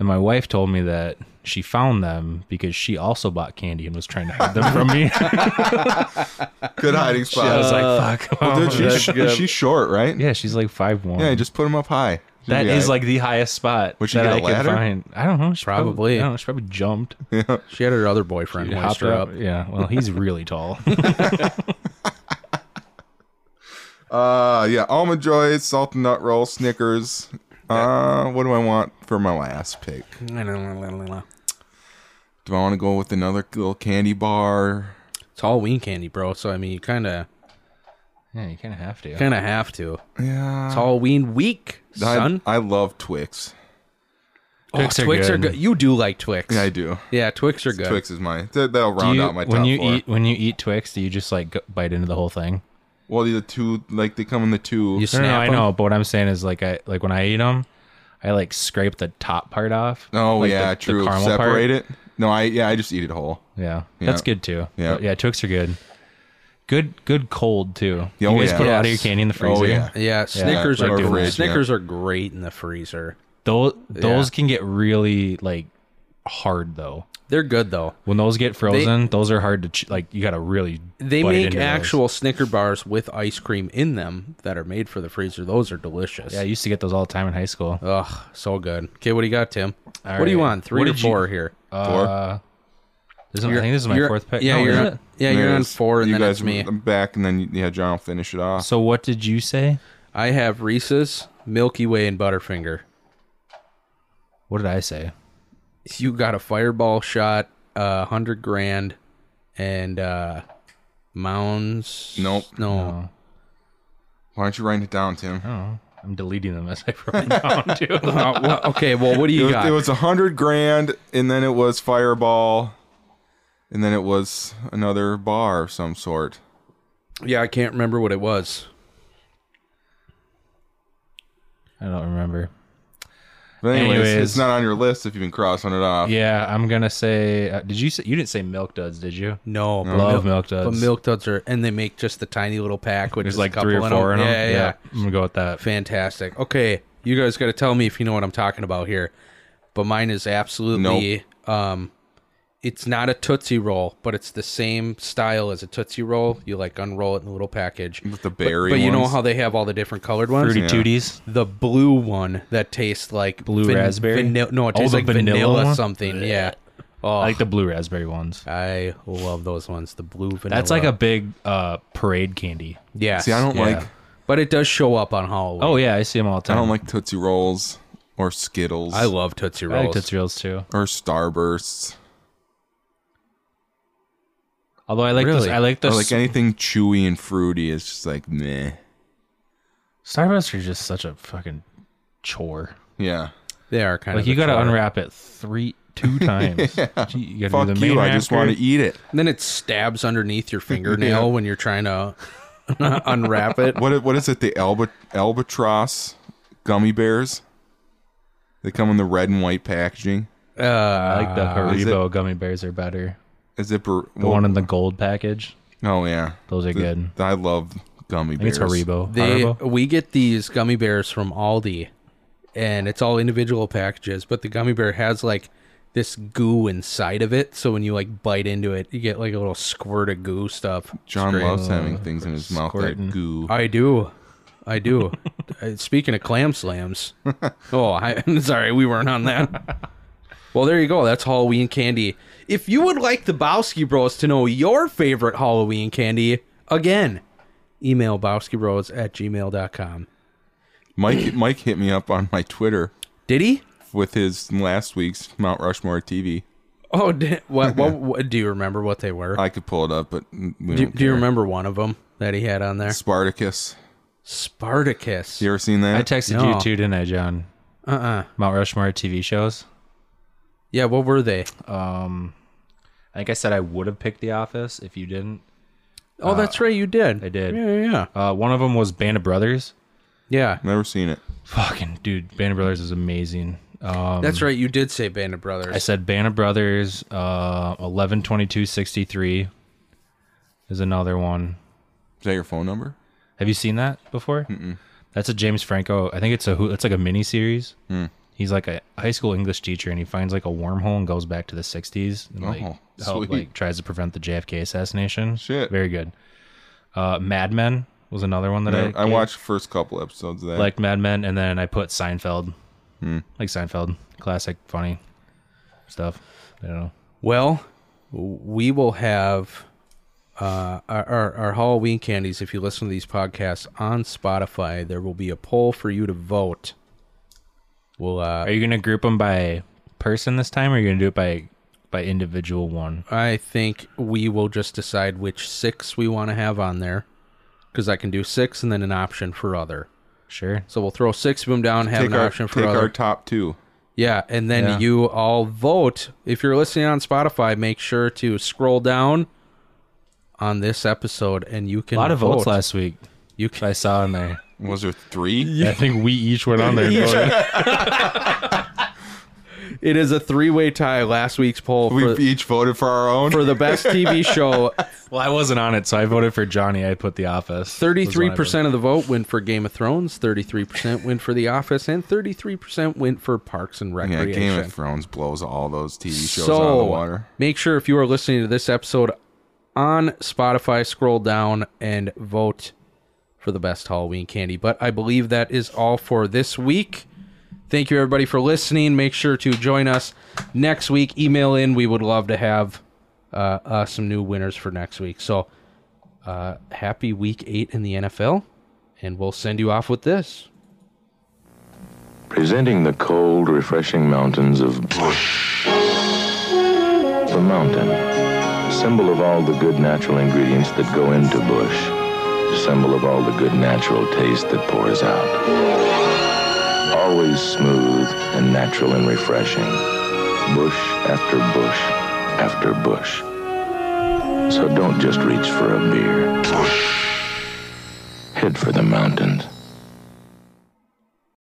And my wife told me that she found them because she also bought candy and was trying to hide them from me. Good hiding I was spot. Uh, like, "Oh, "Fuck." Well, dude, she's, that's good. she's short, right? yeah, she's like five one. Yeah, just put them up high. that Yeah. is like the highest spot Would she that get a I could ladder? find. I don't know. She Probably. I don't know, she probably jumped. she had her other boyfriend hoist hopped her up. up. Yeah. Well, he's really tall. Uh, yeah, almond joys, salt and nut roll, Snickers. Uh, what do I want for my last pick? It's Do I want to go with another little candy bar? Halloween candy, bro. So I mean, you kind of yeah, you kind of have to. kind of have to. Yeah, It's Halloween week, Uh-huh. I, Oh, son. I love Twix. Twix are Twix are good. good. You do like Twix. Yeah, I do. Yeah, Twix are good. Twix is my that, that'll Do round you- out my top when you four. eat when you eat Twix, do you just like go, bite into the whole thing? well, the two like they come in the two. You No, snap no, no, I 'em. know, but what I'm saying is like I like when I eat them, I like scrape the top part off. oh like, the- yeah, the true. caramel Separate part. it. No, I yeah, I just eat it whole. Yeah, Yeah. that's good too. Yeah. But yeah, Twix are good. Good, good cold too. Yeah, oh, you guys yeah. put a lot of your Yes. candy in the freezer. Oh yeah, Yeah, Snickers like are the great. fridge, Snickers are great in the freezer. Those those can get really like hard though. They're good though. When those get frozen, those are hard to ch- like. You gotta really. They bite make into those. actual Snicker bars with ice cream in them that are made for the freezer. Those are delicious. Yeah, I used to get those all the time in high school. Ugh, so good. Okay, what do you got, Tim? what do right. you on? Three What or did you- four here? Four. Uh, this is, I think this is my You're- fourth pick. Yeah, No, you're is on, it? yeah, you're There on is. four, and you then guys it's me. I'm back, and then yeah, John will finish it off. So what did you say? I have Reese's, Milky Way, and Butterfinger. What did I say? You got a fireball shot, uh, hundred grand, and uh, mounds. Nope. No. Why don't you write it down, Tim? I'm deleting them as I wrote down too. Uh, well, okay. Well, what do It you was, got? it was a hundred grand, and then it was Fireball, and then it was another bar of some sort. yeah, I can't remember what it was. I don't remember. But anyways, Anyways. it's not on your list if you've been crossing it off. Yeah, I'm gonna say. Uh, did you say you didn't say milk duds? Did you? No, but Love milk duds. But milk duds are, and they make just the tiny little pack, which There's is like a couple three or in four in them. Yeah, yeah, yeah. I'm gonna go with that. Fantastic. Okay, you guys got to tell me if you know what I'm talking about here. But mine is absolutely um it's not a tootsie roll, but it's the same style as a tootsie roll. You like unroll it in a little package. With the Mm, berry But, but you know ones? how they have all the different colored ones? Fruity Tooties. The blue one that tastes like Blue raspberry? Vanilla. No, it Oh, tastes the like vanilla vanilla, one? something. Yeah. Oh, I I, like the blue raspberry ones. love those ones. The blue vanilla. That's like a big uh, parade candy. yeah. See, I don't like but it does show up on Halloween. Oh yeah, I see them all the I time. don't like Tootsie Rolls or Skittles I love tootsie I rolls. like Tootsie Rolls too. or Starbursts Although I like Really? this, I like or this. like anything chewy and fruity. It's just like meh. Starbursts are just such a fucking chore. Yeah. They are kind Like of you got gotta unwrap it three, two times. Gee, You gotta Fuck do the main you! I just wrapper. want to eat it. And then it stabs underneath your fingernail when you're trying to unwrap it. What i- what is it? The alba, albatross gummy bears. They come in the red and white packaging. Uh, I like the is it- Haribo gummy Oh. bears are better. Is it ber- The one in the gold package. Oh yeah, Those are The- good. I love gummy I think it's bears. Haribo. they Haribo? we get these gummy bears from Aldi, and it's all individual packages. But the gummy bear has like this goo inside of it, so when you like bite into it, you get like a little squirt of goo stuff. John It's great. loves having things in his mouth squirting. like goo. I do. I do. Uh, Speaking of clam slams, oh, I, am sorry, we weren't on that. Well, there you go. That's Halloween candy. If you would like the Bowski Bros to know your favorite Halloween candy, again, email bowskibros at gmail.com. Mike Mike hit me up on my Twitter Did he? with his last week's Mount Rushmore TV. Oh, did, what, what, what? Do you remember what they were? I could pull it up, but we do, don't do you care. remember one of them that he had on there? Spartacus? Spartacus. You ever seen that? I texted No. you too, didn't I, John? Uh uh Mount Rushmore TV shows. Yeah, what were they? I think I said I would have picked The Office if you didn't. Uh, Oh, that's right, you did. I did. Yeah, yeah, yeah. Uh, one of them was Band of Brothers. Yeah. Never seen it. Fucking dude, Band of Brothers is amazing. Um, Mm-hmm. That's right. You did say Band of Brothers. I said Band of Brothers, uh, eleven twenty two sixty three is another one. Is that your phone number? Have you seen that before? Mm-mm. That's a James Franco. I think it's a who. It's like a mini series. Hmm. He's like a high school English teacher, and he finds like a wormhole and goes back to the '60s and like Oh, help, sweet. like tries to prevent the JFK assassination. Shit. very good. Uh, Mad Men was another one that I, I I, watched the first couple episodes of that. Hmm. like Mad Men, and then I put Seinfeld, like Seinfeld, classic, funny stuff. I don't know. Well, we will have uh, our, our, our Halloween candies. If you listen to these podcasts on Spotify, there will be a poll for you to vote. We'll. Are Uh, you gonna group them by person this time, or are you gonna do it by by individual one? I think we will just decide which six we want to have on there, because I can do six and then an option for other. Sure. So we'll throw six of them down, have take an our, option for take other. our top two. Yeah, and then Yeah. you all vote. If you're listening on Spotify, make sure to scroll down on this episode, and you can A lot of vote. votes last week. You I saw in there. Was there three? I think we each went on there. and voted. It is a three-way tie. Last week's poll We for, each voted for our own. for the best TV show. Well, I wasn't on it, so I voted for Johnny. I put The Office. Thirty-three was one percent of the vote went for Game of Thrones. Thirty-three percent went for The Office, and thirty-three percent went for Parks and yeah, Recreation. Game of Thrones blows all those TV shows so out of the water. make sure if you are listening to this episode on spotify scroll down and vote for the best halloween candy but i believe that is all for this week thank you everybody for listening make sure to join us next week email in we would love to have uh, uh, some new winners for next week so uh, happy week eight in the nfl and we'll send you off with this Presenting the cold, refreshing mountains of Bush. The mountain, symbol of all the good natural ingredients that go into Bush, symbol of all the good natural taste that pours out. Always smooth and natural and refreshing. Bush after bush after bush. So don't just reach for a beer. Bush. Head for the mountains.